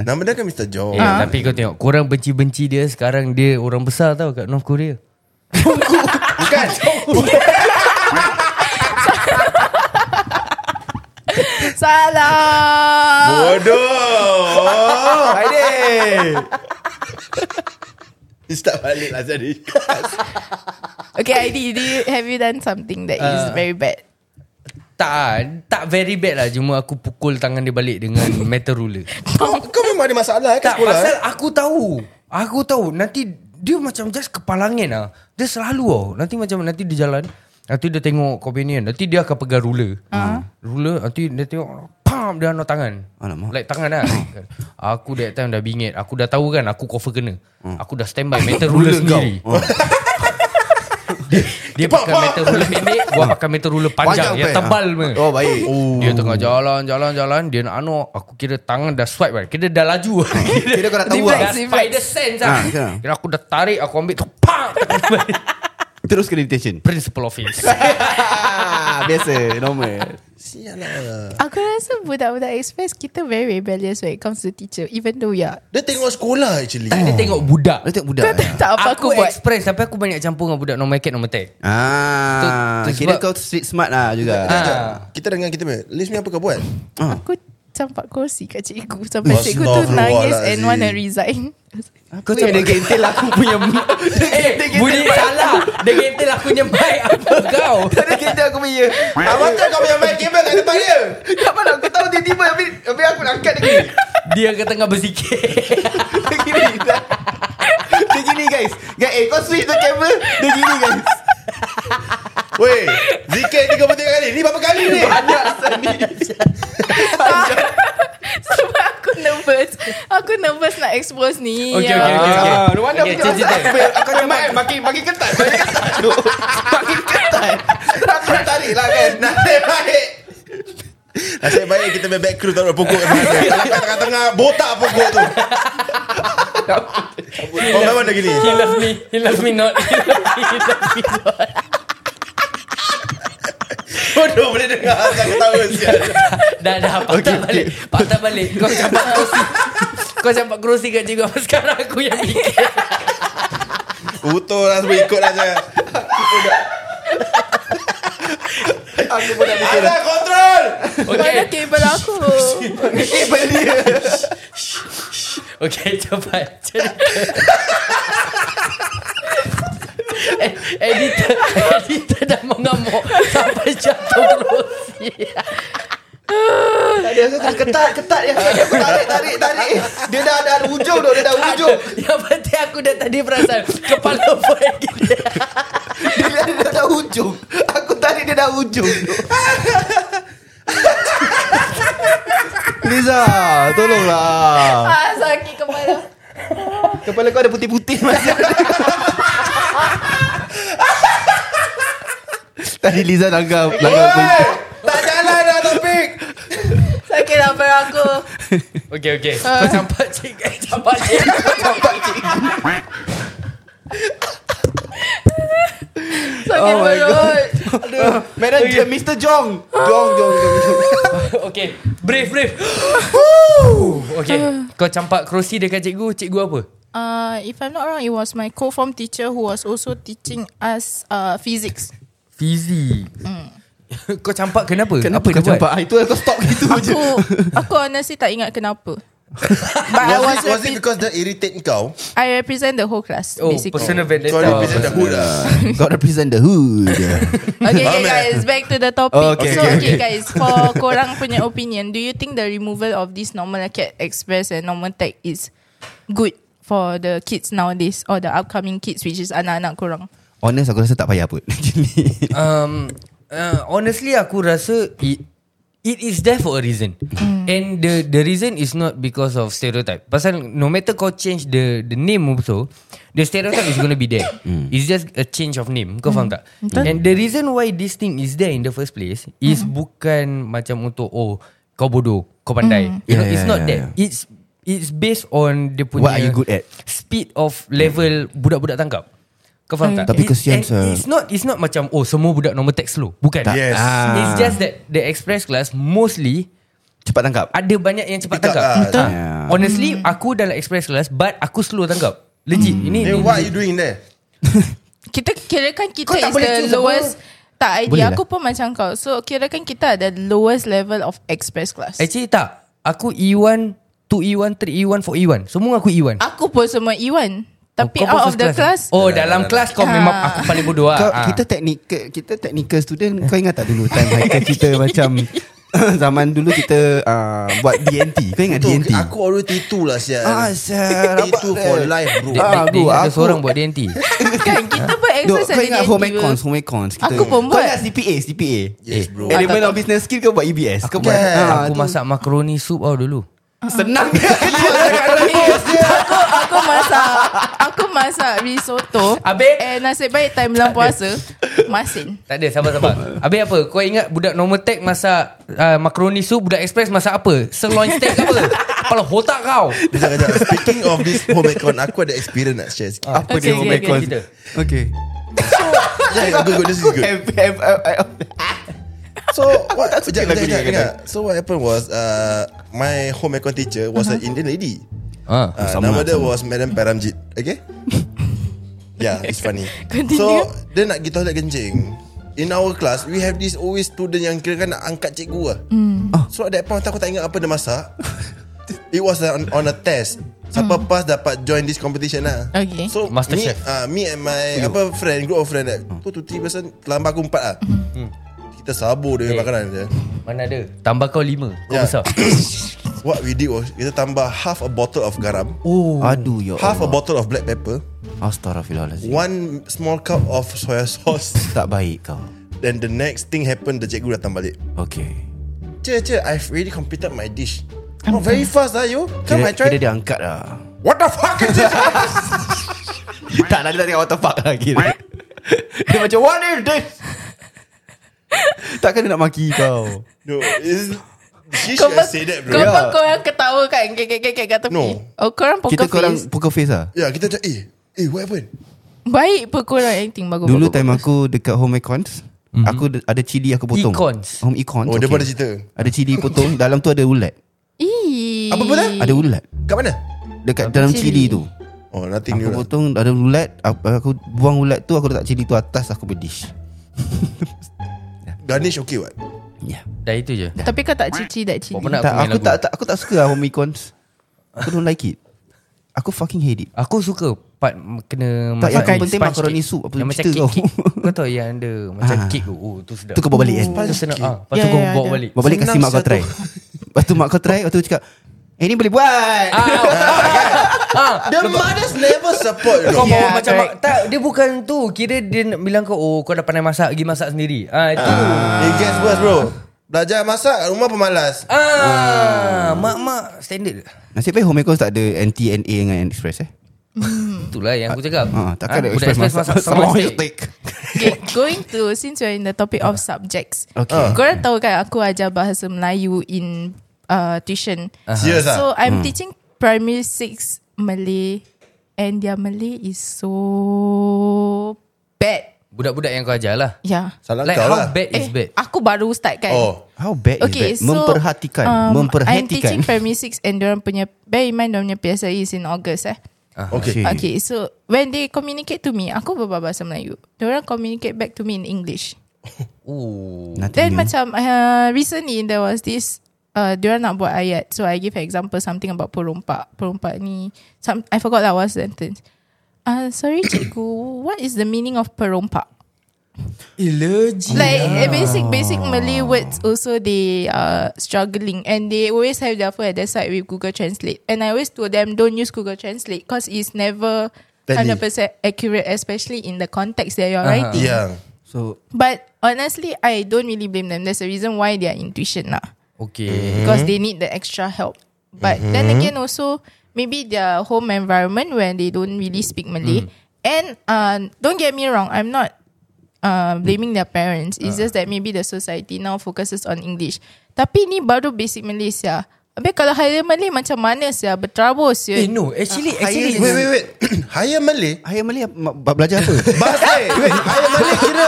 Speaker 5: Nama dia kan Mr. Jong
Speaker 3: Eh, Tapi kau tengok Korang benci-benci dia Sekarang dia orang besar tau Kat North Korea
Speaker 5: Bukan
Speaker 4: Salah
Speaker 5: Bodoh
Speaker 2: Friday
Speaker 5: Start balik lah Zari
Speaker 4: Okay Heidi do you, Have you done something That
Speaker 3: Uh,
Speaker 4: is very bad
Speaker 3: Tak Tak very bad lah Cuma aku pukul tangan dia balik Dengan metal ruler
Speaker 5: Kau kau memang ada masalah eh, kat
Speaker 3: Tak
Speaker 5: sekolah
Speaker 3: pasal
Speaker 5: eh?
Speaker 3: aku tahu Aku tahu Nanti Dia macam just kepalangan lah Dia selalu tau Nanti macam Nanti dia jalan Nanti dia tengok companion Nanti dia akan pegang ruler
Speaker 5: Ah.
Speaker 3: uh-huh. Ruler Nanti dia tengok Pam Dia anak tangan
Speaker 2: Alamak.
Speaker 3: Like tangan lah Aku that time dah bingit Aku dah tahu kan Aku cover kena Aku dah standby Metal Hmm. ruler
Speaker 2: Ruler kau.
Speaker 3: sendiri Dia, dia pakai metal ruler pendek Gua pakai metal ruler panjang, Yang
Speaker 2: eh?
Speaker 3: tebal punya.
Speaker 2: Oh baik
Speaker 3: Dia tengah jalan Jalan jalan Dia nak anu Aku kira tangan dah swipe kan Kira dah laju
Speaker 2: Kira kau dah tahu
Speaker 3: Reflex,
Speaker 2: lah.
Speaker 3: dah Spider sense lah
Speaker 2: Ah, kira.
Speaker 3: Kira aku dah tarik Aku ambil tu Pang Tekan balik.
Speaker 2: Terus kena detention
Speaker 3: Principal office
Speaker 2: Biasa Normal
Speaker 5: Sial
Speaker 3: uh.
Speaker 5: lah
Speaker 4: Aku rasa budak-budak express Kita very rebellious When it comes to teacher Even though ya
Speaker 5: Dia tengok sekolah actually
Speaker 3: Dia tengok budak
Speaker 2: Dia tengok budak
Speaker 4: Kau tak, tak apa
Speaker 3: Aku
Speaker 4: aku, buat
Speaker 3: express Tapi aku banyak campur Dengan budak Nomor cat nomor tag
Speaker 2: Ah,
Speaker 3: Tu- tu
Speaker 2: kira
Speaker 3: sebab-
Speaker 2: kau street smart lah juga.
Speaker 5: Jom, jom. Kita dengan kita punya. Liz ni apa kau buat?
Speaker 4: Aku campak kursi kat cikgu Sampai
Speaker 5: Astaghfirullahalazim.
Speaker 4: cikgu tu
Speaker 3: lah,
Speaker 4: nangis And wanna resign
Speaker 2: Kau cakap dia gentil aku punya
Speaker 3: Eh bunyi salah Dia kata aku punya mic Apa kau
Speaker 2: Dia gentil aku punya
Speaker 5: Abang kau kau punya main kabel kat depan dia
Speaker 2: Tak Ya, mana aku tahu tiba-tiba Habis, habis aku nak angkat dia gini
Speaker 3: Dia ke tengah berzikir
Speaker 2: Dia gini Dia gini guys Guys eh kau switch tu kamera Dia gini guys
Speaker 5: Weh Zikir 33 kali Ni berapa kali ni
Speaker 2: Banyak asal ni
Speaker 4: Sebab aku nervous Aku nervous nak expose ni
Speaker 3: Okay,
Speaker 4: Ya.
Speaker 3: okay, okay, okay.
Speaker 2: Ah, Rwanda
Speaker 3: Okay,
Speaker 2: punya
Speaker 3: cerita.
Speaker 2: asal aku punya- Aku punya mic makin makin ketat Makin ketat tu Makin ketat Terus aku nak tarik lah kan
Speaker 5: Nasib baik Nasib baik kita main back crew Taruh pokok kat mana Kalau kat tengah-tengah Botak pokok tu Oh memang dah gini
Speaker 3: He love me He love me not He love me, he love me not
Speaker 5: Bodoh boleh dengar Asal ketawa sial
Speaker 3: Dah dah Patah okay, balik Patah balik Kau campak kerusi Kau campak kerusi kat cikgu Apa Sekarang aku yang fikir
Speaker 5: Utuh lah semua ikut lah saya
Speaker 2: Aku pun nak fikir
Speaker 5: Asal kontrol
Speaker 4: Mana
Speaker 3: Okay
Speaker 4: kabel aku
Speaker 2: Eh benda
Speaker 3: Okay cepat Cerita Eh, editor Editor dah mengamuk Sampai jatuh kerusi
Speaker 2: Tak ada aku kena ketat Ketat dia Aku tarik tarik tarik Dia dah dah hujung tu Dia dah hujung
Speaker 3: Yang penting aku dah tadi perasan Kepala boy gini
Speaker 2: Dia dah, dia dah hujung Aku tarik dia dah hujung tu. Liza Tolonglah
Speaker 4: ah, Sakit kepala
Speaker 2: Kepala kau ada putih-putih masih ada. Tadi Liza langgar Langgar
Speaker 5: Weh, Tak jalan lah topik
Speaker 4: Sakit kepala aku
Speaker 3: Okay okay Kau campak cikgu eh, Campak cikgu
Speaker 4: Sakit
Speaker 2: Oh my
Speaker 4: perut
Speaker 2: Madam okay. Mr. Jong Jong Jong Jong
Speaker 3: Okay Brave brave Okay Kau campak kerusi dekat cikgu Cikgu apa?
Speaker 4: uh, if I'm not wrong, it was my co-form teacher who was also teaching us uh, physics.
Speaker 3: Fizi Hmm. Kau campak kenapa?
Speaker 2: Kenapa
Speaker 3: Apa dia
Speaker 2: kau
Speaker 3: buat?
Speaker 2: campak? Ah, Itu aku stop gitu je.
Speaker 4: Aku, aku honestly tak ingat kenapa. But I was,
Speaker 5: Was it, was it
Speaker 4: repre-
Speaker 5: because dia irritate kau?
Speaker 4: I represent the whole class
Speaker 3: Oh,
Speaker 4: basically.
Speaker 3: personal vendetta.
Speaker 5: Kau represent the hood lah
Speaker 2: God represent the hood.
Speaker 4: Okay, okay
Speaker 5: Amin.
Speaker 4: guys, back to the topic.
Speaker 2: Oh, okay,
Speaker 4: so,
Speaker 2: okay,
Speaker 4: okay,
Speaker 2: okay.
Speaker 4: guys, for korang punya opinion, do you think the removal of this normal acad express and normal tech is good for the kids nowadays or the upcoming kids, which is anak-anak korang?
Speaker 2: Honest aku rasa tak payah pun. Gini.
Speaker 3: um, uh, honestly aku rasa it it is there for a reason. And the the reason is not because of stereotype. Pasal no matter kau change the the name also, the stereotype is going to be there.
Speaker 2: Hmm.
Speaker 3: It's just a change of name. Kau faham tak? And the reason why this thing is there in the first place is bukan macam untuk oh kau bodoh, kau pandai. You know,
Speaker 2: Yeah,
Speaker 3: it's
Speaker 2: yeah,
Speaker 3: not
Speaker 2: yeah,
Speaker 3: that. It's it's based on dia punya
Speaker 2: What are you good at?
Speaker 3: Speed of level budak-budak tangkap. Kau faham tak?
Speaker 2: Tapi
Speaker 3: It's-
Speaker 2: kesian,
Speaker 3: and
Speaker 2: sir.
Speaker 3: It's not it's not macam oh semua budak normal tech slow. Bukan.
Speaker 5: Tak. Yes.
Speaker 2: Ah.
Speaker 3: It's just that the express class mostly
Speaker 2: Cepat tangkap.
Speaker 3: ada banyak yang cepat
Speaker 5: Pick up
Speaker 3: tangkap.
Speaker 5: lah. Betul.
Speaker 3: Ah. Honestly, aku dalam express class but aku slow tangkap. Legit. Ini
Speaker 5: Then
Speaker 3: ini-
Speaker 5: what are you doing there?
Speaker 4: Kita kirakan kita
Speaker 5: Kau tak
Speaker 4: is
Speaker 5: boleh
Speaker 4: the
Speaker 5: choose apa?
Speaker 4: lowest tak
Speaker 2: Boleh
Speaker 4: idea.
Speaker 2: lah.
Speaker 4: Aku pun macam kau. So, kirakan kita ada lowest level of express class.
Speaker 3: Actually tak. Aku E E1, 2E1, 3E1, 4E1. E Semua aku E1.
Speaker 4: Aku pun semua E1. Ah, Tapi
Speaker 3: kau pun
Speaker 4: out of
Speaker 3: first
Speaker 4: the class, Ah.
Speaker 3: eh? Oh, dalam kelas kau memang aku paling bodoh ah.
Speaker 2: Kau,
Speaker 3: Ah.
Speaker 2: kita technical kita technical student kau ingat tak dulu time Haikal kita macam zaman dulu kita uh, buat DNT kau ingat
Speaker 5: Betul,
Speaker 2: DNT
Speaker 5: aku already T2 lah sial
Speaker 2: Ah, sial,
Speaker 5: T2
Speaker 2: rabak
Speaker 5: for
Speaker 2: dia.
Speaker 5: life bro
Speaker 3: Dia,
Speaker 2: Ah,
Speaker 3: dia, dia
Speaker 2: bro,
Speaker 3: ada
Speaker 2: aku-
Speaker 3: seorang buat DNT.
Speaker 4: kan kita pun
Speaker 2: Dok,
Speaker 4: exercise
Speaker 2: kau ingat
Speaker 4: identity
Speaker 2: home
Speaker 4: pun.
Speaker 2: econs home econs kita
Speaker 4: Aku pun
Speaker 2: kau
Speaker 4: buat.
Speaker 2: ingat CPA CPA
Speaker 5: Yes bro
Speaker 4: Eh,
Speaker 2: element
Speaker 4: tak,
Speaker 2: of business skill kau buat Ah, EBS kau
Speaker 3: Aku, buat,
Speaker 5: Yeah.
Speaker 3: aku masak makaroni soup tau dulu.
Speaker 2: senang
Speaker 4: aku aku masak aku masak risotto
Speaker 3: Habis?
Speaker 4: eh nasib baik time bulan puasa masin
Speaker 3: Tak ada, sabar-sabar. Habis apa? Kau ingat budak normal tech masak uh, macaroni soup, budak express masak apa? Sirloin steak ke apa? Kepala botak kau.
Speaker 5: Kejap, kejap. Speaking of this home econ Aku ada experience nak share sikit
Speaker 2: apa
Speaker 4: Okay,
Speaker 2: dia home
Speaker 4: okay,
Speaker 2: econs
Speaker 3: okay.
Speaker 2: okay
Speaker 5: Yeah, good, good, this is good
Speaker 2: F- F- F- F-
Speaker 5: So what, kejap,
Speaker 2: lagu ni
Speaker 5: kejap, kejap,
Speaker 2: kadang.
Speaker 5: kejap. So what happened was uh, My home econ teacher was
Speaker 2: Uh-huh.
Speaker 5: an Indian lady
Speaker 3: Ah.
Speaker 5: uh,
Speaker 2: Sama,
Speaker 5: Nama dia was Madam Paramjit Okay Yeah it's funny
Speaker 4: Continue.
Speaker 5: So dia nak pergi toilet kencing In our class We have this always student Yang kira kan nak angkat cikgu lah
Speaker 3: Ah.
Speaker 5: So at that point of time, Aku tak ingat apa dia masak It was on, on a test Siapa pass dapat join this competition lah
Speaker 4: Okay.
Speaker 5: So
Speaker 3: Master
Speaker 5: me,
Speaker 3: chef. Hmm.
Speaker 5: uh, Me and my apa friend Group of friend that, Two to three person Terlambat aku empat lah Kita sabur dia
Speaker 3: Eh.
Speaker 5: punya makanan dia
Speaker 3: Mana ada? Tambah kau lima. Kau
Speaker 5: Ya.
Speaker 3: besar.
Speaker 5: What we did was Kita tambah half a bottle of garam
Speaker 3: Oh.
Speaker 2: aduh ya
Speaker 5: Half a
Speaker 2: Allah
Speaker 5: bottle of black pepper
Speaker 2: astagfirullahalazim
Speaker 5: One small cup of soya sauce
Speaker 2: tak baik kau
Speaker 5: Then the next thing happened The cikgu datang balik
Speaker 2: okay
Speaker 5: Cik, cik, I've already completed my dish Oh, very fast lah you Come, I
Speaker 2: kira, kira
Speaker 5: try
Speaker 2: dia angkat lah
Speaker 5: What the fuck is this?
Speaker 2: tak nanti tak tengok what the fuck lah kira dia macam what is this takkan dia nak maki kau
Speaker 5: No, it's She
Speaker 4: kau
Speaker 5: should
Speaker 4: pun
Speaker 5: have said that
Speaker 4: kau
Speaker 5: bro
Speaker 4: pun kau yang ketawa kan kekek-kekek kat tepi
Speaker 5: Ya. No.
Speaker 4: oh korang poker
Speaker 2: Kita korang
Speaker 4: face
Speaker 2: poker face lah
Speaker 5: Ya, yeah, kita macam Eh, eh what happened?
Speaker 4: baik pun korang acting bagus
Speaker 2: Dulu
Speaker 4: bagus,
Speaker 2: time
Speaker 4: bagus.
Speaker 2: aku dekat home econs mm-hmm. Aku de- ada cili aku potong
Speaker 3: Econs.
Speaker 2: Home econs
Speaker 5: Oh, dia pun ada cerita.
Speaker 2: Ada cili potong Dalam tu ada ulat
Speaker 4: Ih.
Speaker 5: Apa benda?
Speaker 2: Ada ulat
Speaker 5: Kat mana?
Speaker 2: Dekat dalam cili,
Speaker 4: cili?
Speaker 2: tu
Speaker 5: Oh, nothing
Speaker 2: Aku
Speaker 5: new lah
Speaker 2: potong ada ulat Aku aku buang ulat tu Aku letak cili tu atas Aku berdish
Speaker 5: Garnish okay what?
Speaker 2: yeah.
Speaker 3: Dah itu je.
Speaker 4: tapi kau tak cici that cili
Speaker 3: Buat penat
Speaker 2: tak,
Speaker 3: aku
Speaker 2: aku
Speaker 3: main
Speaker 2: tak,
Speaker 3: lagu.
Speaker 2: tak Aku tak suka lah home econs Aku don't like it Aku fucking hate it
Speaker 3: Aku suka part m- kena
Speaker 2: Tak, yang
Speaker 3: makan
Speaker 2: penting
Speaker 3: sponge
Speaker 2: macaroni
Speaker 3: cake.
Speaker 2: soup, apa
Speaker 3: Yang macam
Speaker 2: cerita
Speaker 3: cake,
Speaker 2: kau.
Speaker 3: cake. Kau tahu yang ada macam
Speaker 2: Ah.
Speaker 3: cake tu. Oh, tu sedap.
Speaker 2: Tu kau bawa balik kan
Speaker 3: Tu senang. Ah, lepas
Speaker 4: Ya,
Speaker 3: tu kau
Speaker 4: ya,
Speaker 3: bawa
Speaker 4: ada.
Speaker 3: balik.
Speaker 2: Bawa balik kasi
Speaker 5: Senang
Speaker 2: mak kau
Speaker 5: satu.
Speaker 2: try Lepas tu mak kau try Lepas tu cakap Eh ni boleh buat
Speaker 3: Ah,
Speaker 5: The mothers never support you
Speaker 3: Kau
Speaker 2: Ya,
Speaker 5: know.
Speaker 3: bawa
Speaker 4: Yeah,
Speaker 3: macam
Speaker 4: correct.
Speaker 3: tak dia bukan tu. Kira dia nak bilang kau oh kau dah pandai masak, pergi masak sendiri. Ah itu.
Speaker 5: It gets worse bro Belajar masak kat rumah pemalas
Speaker 3: Ah, mak-mak standard.
Speaker 2: Nasib baik home econs tak ada NTNA dengan express eh
Speaker 3: Itulah yang aku cakap.
Speaker 2: ha,
Speaker 3: Ah,
Speaker 2: Takkan ada
Speaker 3: budak
Speaker 2: express masak Sama
Speaker 3: steak.
Speaker 2: steak
Speaker 4: Okay, going to since we're in the topic of subjects.
Speaker 2: Okay.
Speaker 4: Uh. Korang tahu kan aku ajar bahasa Melayu in uh, tuition.
Speaker 2: Uh-huh.
Speaker 5: Serious ah?
Speaker 4: So
Speaker 2: Hmm.
Speaker 4: I'm teaching primary six Malay and their Malay is so bad.
Speaker 3: Budak-budak yang kau ajar lah.
Speaker 4: Yeah. Eh,
Speaker 5: Salah
Speaker 3: Like
Speaker 5: kau
Speaker 3: how
Speaker 5: lah
Speaker 3: bad is
Speaker 2: Eh.
Speaker 3: bad?
Speaker 4: Aku baru start kan.
Speaker 5: Oh
Speaker 2: How bad
Speaker 4: Okay,
Speaker 2: is that?
Speaker 4: so
Speaker 2: memperhatikan,
Speaker 4: um, I'm
Speaker 2: memperhatikan.
Speaker 4: teaching primary six and diorang punya bear in mind diorang punya PSLE is in August eh.
Speaker 2: Ah,
Speaker 5: Okay.
Speaker 4: Okay, so when they communicate to me, aku berbual bahasa Melayu. They orang communicate back to me in English.
Speaker 3: Ooh.
Speaker 2: Nothing
Speaker 4: Then
Speaker 2: new.
Speaker 4: macam uh, recently there was this uh, dia orang nak buat ayat. So I give an example something about perompak. Perompak ni some, I forgot that was sentence. Uh, sorry cikgu, what is the meaning of perompak?
Speaker 3: Elegy.
Speaker 4: Like eh, basic basic Malay words also they are struggling and they always have their phone at their side with Google Translate. And I always told them don't use Google Translate because it's never
Speaker 5: Tally. Uh-huh.
Speaker 4: hundred percent accurate, especially in the context that you're writing.
Speaker 5: Yeah.
Speaker 2: So
Speaker 4: But honestly, I don't really blame them. There's a reason why they are in tuition lah
Speaker 3: Okay.
Speaker 2: Mm-hmm.
Speaker 4: because they need the extra help. But then again, also maybe their home environment where they don't really speak Malay.
Speaker 2: Mm.
Speaker 4: And uh, don't get me wrong, I'm not uh, blaming their parents.
Speaker 2: Uh.
Speaker 4: It's just that maybe the society now focuses on English. Tapi ni baru basic Malay sia. Habis kalau higher Malay macam mana sia? Berterabur sia.
Speaker 3: Eh no, actually
Speaker 2: Ah,
Speaker 3: actually
Speaker 5: Wait, wait, wait. Hire Malay?
Speaker 2: Ayah Malay ma- ba- belajar apa?
Speaker 5: Bahasa Wait, hire Malay kira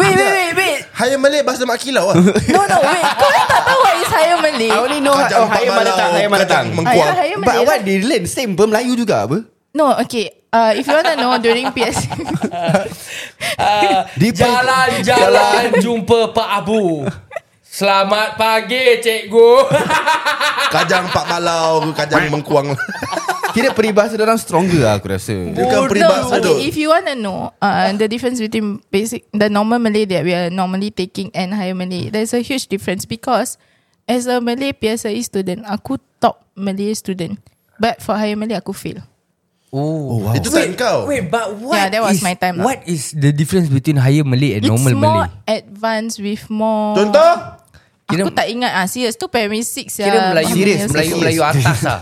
Speaker 4: wait, wait, wait, wait.
Speaker 5: hire Malay bahasa mak kilau lah.
Speaker 4: No, no, wait. Kau orang tak tahu what is higher Malay.
Speaker 2: I only know
Speaker 5: Kacang
Speaker 2: oh, Ayah
Speaker 5: Pak
Speaker 2: mana
Speaker 5: Malau,
Speaker 2: tak Ayah mana
Speaker 5: kacang
Speaker 2: tak
Speaker 5: Mengkuang.
Speaker 4: Ayah, ayah
Speaker 2: But
Speaker 4: Malay
Speaker 2: what they learn Same bermelayu juga apa?
Speaker 4: No, okay. Uh, if you want to know during PS,
Speaker 2: Dia
Speaker 3: Jalan-jalan jumpa Pak Abu. Selamat pagi cikgu.
Speaker 5: Kajang Pak Malau, kajang mengkuang.
Speaker 2: Kira peribahasa dia orang stronger lah aku rasa.
Speaker 5: Bukan peribahasa
Speaker 4: no,
Speaker 5: tu.
Speaker 4: okay, if you want to know uh, the difference between basic the normal Malay that we are normally taking and higher Malay, there's a huge difference because as a Malay PSLE E student, aku top Malay student. But for higher Malay, aku fail.
Speaker 3: Oh.
Speaker 5: Itu tak kau.
Speaker 3: Wait, but what
Speaker 4: Yeah, that was
Speaker 3: is,
Speaker 4: my time lah.
Speaker 3: What is the difference between higher Malay and normal
Speaker 4: It's more
Speaker 3: Malay?
Speaker 4: advanced with more...
Speaker 5: Contoh?
Speaker 4: Aku
Speaker 3: Kira-
Speaker 4: tak ingat ah serious tu primary 6 ya.
Speaker 3: Kira Melayu
Speaker 2: serious,
Speaker 3: Melayu
Speaker 2: serious.
Speaker 3: Melayu atas lah.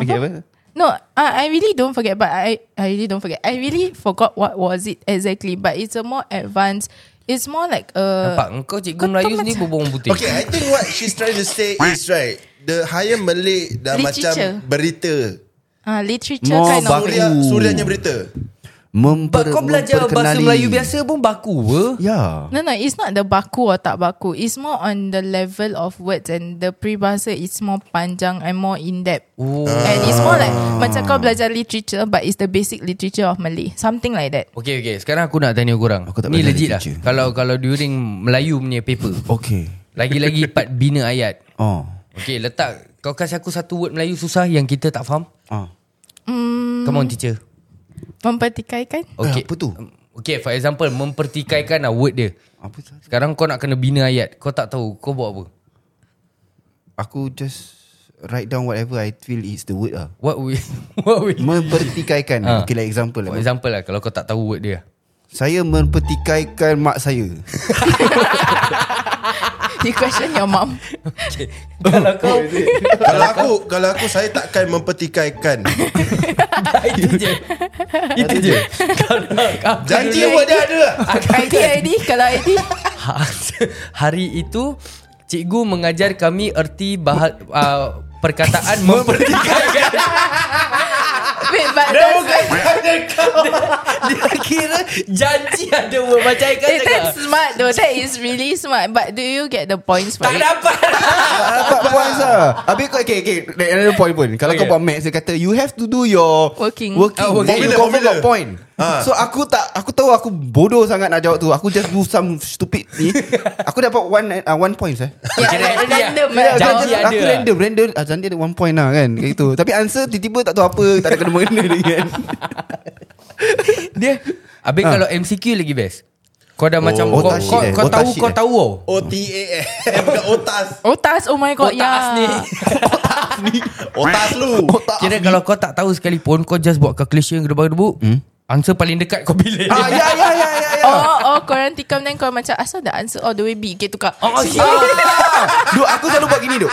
Speaker 2: Okay apa?
Speaker 4: No, ah, I, I really don't forget, but I, I really don't forget. I really forgot what was it exactly, but it's a more advanced. It's more like a.
Speaker 3: Nampak engkau cikgu
Speaker 4: Kau
Speaker 3: Melayu
Speaker 4: tahu
Speaker 3: ni
Speaker 4: macam-
Speaker 3: berbohong putih.
Speaker 5: Okay, I think what she's trying to say is right. The hire Malay dah
Speaker 4: Literature.
Speaker 5: macam berita.
Speaker 4: Ah, literature
Speaker 3: Oh,
Speaker 2: More
Speaker 4: kind of
Speaker 2: baku.
Speaker 4: way.
Speaker 5: Suria, surianya berita.
Speaker 2: Memper,
Speaker 3: But kau belajar bahasa
Speaker 2: memperkenali.
Speaker 3: Melayu biasa pun baku ke?
Speaker 2: Ya.
Speaker 4: No, no, it's not the baku or tak baku. It's more on the level of words and the peribahasa is more panjang and more in-depth.
Speaker 3: Oh.
Speaker 4: And it's more like,
Speaker 2: Ah.
Speaker 4: macam kau belajar literature but it's the basic literature of Malay. Something like that.
Speaker 3: Okay, okay. Sekarang aku nak tanya korang.
Speaker 2: Aku tak
Speaker 3: ni
Speaker 2: belajar
Speaker 3: legit lah.
Speaker 2: literature.
Speaker 3: Kalau kalau during Melayu punya paper.
Speaker 2: Okay.
Speaker 3: Lagi-lagi part bina ayat.
Speaker 2: Oh.
Speaker 3: Okay, letak. Kau kasih aku satu word Melayu susah yang kita tak faham.
Speaker 2: Oh.
Speaker 3: Hmm. Come on, teacher.
Speaker 4: Mempertikaikan?
Speaker 2: Eh,
Speaker 3: Okay. Um,
Speaker 2: apa tu?
Speaker 3: Okay, for example, mempertikaikan lah word dia.
Speaker 2: Apa tu?
Speaker 3: Sekarang kau nak kena bina ayat. Kau tak tahu. Kau buat apa?
Speaker 2: Aku just write down whatever I feel is the word lah.
Speaker 3: What we... What we...
Speaker 2: Mempertikaikan.
Speaker 3: Ah.
Speaker 2: Okay, like example
Speaker 3: For
Speaker 2: lah.
Speaker 3: example lah, kalau kau tak tahu word dia.
Speaker 2: Saya mempertikaikan mak saya.
Speaker 4: You question your
Speaker 2: Oh,
Speaker 4: mom.
Speaker 3: kalau kau...
Speaker 5: Kalau aku, kalau aku saya takkan mempertikaikan.
Speaker 3: Itu je. Itu je. Kalau kau...
Speaker 5: Janji word dia ada. lah.
Speaker 4: ID, ID, kalau ID.
Speaker 3: Hari itu, cikgu mengajar kami erti bahas... Uh, perkataan mempertikaikan
Speaker 4: Wait, but that's,
Speaker 3: Dia kira janji ada word Macam Aika
Speaker 4: eh,
Speaker 3: cakap
Speaker 4: that's smart though. That is really smart. But do you get the points for
Speaker 3: Tak
Speaker 4: it?
Speaker 3: dapat
Speaker 2: Dapat puas lah. Habis kau, okay, okay. Like another point pun. Kalau
Speaker 3: Okay.
Speaker 2: kau buat maths, dia kata, you have to do your
Speaker 4: Working.
Speaker 2: working.
Speaker 3: Ah,
Speaker 2: Then
Speaker 3: working.
Speaker 2: you
Speaker 5: Formula,
Speaker 2: confirm
Speaker 5: formula.
Speaker 2: got point.
Speaker 5: Ah.
Speaker 2: So aku tak, aku tahu aku bodoh sangat nak jawab tu. Aku just do some stupid ni. aku dapat one uh, one points eh.
Speaker 4: Yeah,
Speaker 3: Kira
Speaker 4: like
Speaker 3: ID ah.
Speaker 4: random.
Speaker 3: Kira
Speaker 4: lah.
Speaker 3: janji
Speaker 4: Jawab-
Speaker 3: ada
Speaker 2: Aku
Speaker 3: lah.
Speaker 2: random Random ah, Zandi ada one point lah kan Kayak gitu Tapi answer tiba-tiba tak tahu apa Tak ada kena-mengena kan. dengan
Speaker 3: Dia Habis ha. kalau MCQ lagi best Kau dah oh, macam
Speaker 2: otak
Speaker 3: Kau,
Speaker 2: sheet eh,
Speaker 3: kau, kau
Speaker 2: otak
Speaker 3: tahu
Speaker 2: sheet
Speaker 3: Kau
Speaker 2: eh.
Speaker 3: tahu tau
Speaker 5: OTAS. Eh, Bukan otas.
Speaker 4: Otas, oh my god,
Speaker 3: Otak
Speaker 4: yeah.
Speaker 3: asli
Speaker 5: Otas lu.
Speaker 3: Kira kalau kau Oh, tak tahu sekalipun Kau just buat calculation Gedebak-gedebuk hmm? Answer paling dekat kau pilih
Speaker 2: ah, Ya ya ya ya ya
Speaker 4: Oh, oh, korang tikam then kau macam asal the answer all the way B. Okay, tukar.
Speaker 3: Oh, shit. Ah.
Speaker 2: Duk aku selalu buat gini duk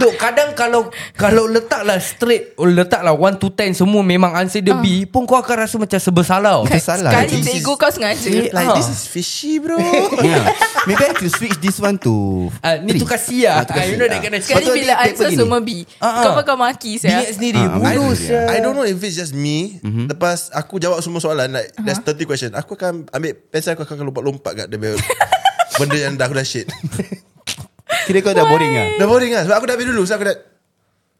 Speaker 3: Dok kadang kalau Kalau letaklah straight oh, Letaklah 1 to 10 Semua memang answer
Speaker 4: Ah.
Speaker 3: dia B Pun kau akan rasa macam sebersalah
Speaker 2: Kan- salah.
Speaker 4: Sekali
Speaker 2: This
Speaker 4: cikgu kau sengaja.
Speaker 5: Like
Speaker 3: Ah.
Speaker 5: this is fishy bro.
Speaker 2: yeah. Maybe I could switch this one to
Speaker 3: Ah, ni
Speaker 2: three.
Speaker 3: tukar C lah.
Speaker 2: tukar
Speaker 3: Ah,
Speaker 2: C,
Speaker 3: you know that
Speaker 2: ah.
Speaker 3: kind of
Speaker 4: Sekali
Speaker 2: Lepas tu dia
Speaker 4: bila
Speaker 2: Uh-uh. paper
Speaker 4: answer
Speaker 2: gini.
Speaker 4: semua B.
Speaker 3: Ah,
Speaker 4: Kau
Speaker 3: ah.
Speaker 4: pun kau maki saya.
Speaker 3: Bingit sendiri
Speaker 2: Ah,
Speaker 3: Bodoh
Speaker 2: betul dia.
Speaker 3: sia
Speaker 5: I don't know if it's just me. Lepas aku jawab semua soalan like
Speaker 3: Uh-huh.
Speaker 5: there's 30 question. Aku akan ambil pensel aku akan lompat-lompat kat dia punya benda yang dah aku dah shit.
Speaker 2: Kira kau dah boring lah
Speaker 5: kan? Dah boring lah Sebab aku dah habis dulu Sebab aku dah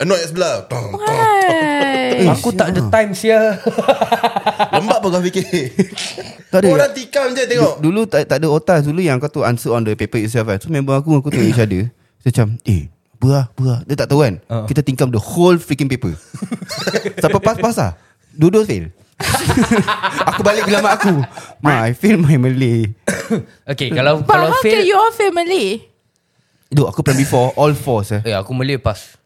Speaker 5: Annoyed kat sebelah tong, tong.
Speaker 4: Hai.
Speaker 3: Eh, aku tak ada time sia.
Speaker 5: Lembab pun kau fikir
Speaker 2: Tak ada.
Speaker 5: Orang tikam je tengok
Speaker 2: Dulu tak, tak ada otas Dulu yang kau tu Answer on the paper itself kan So member aku Aku tengok each other So macam Eh Berah berah Dia tak tahu kan uh. Kita tingkam the whole freaking paper Siapa pas-pas lah Dua-dua fail Aku balik ke lama aku Ma I fail my Malay
Speaker 3: okay, kalau
Speaker 4: But
Speaker 3: kalau
Speaker 4: how
Speaker 3: fail,
Speaker 4: can you all family?
Speaker 2: Duk aku primary 4 All fours eh
Speaker 3: eh aku Malay pass.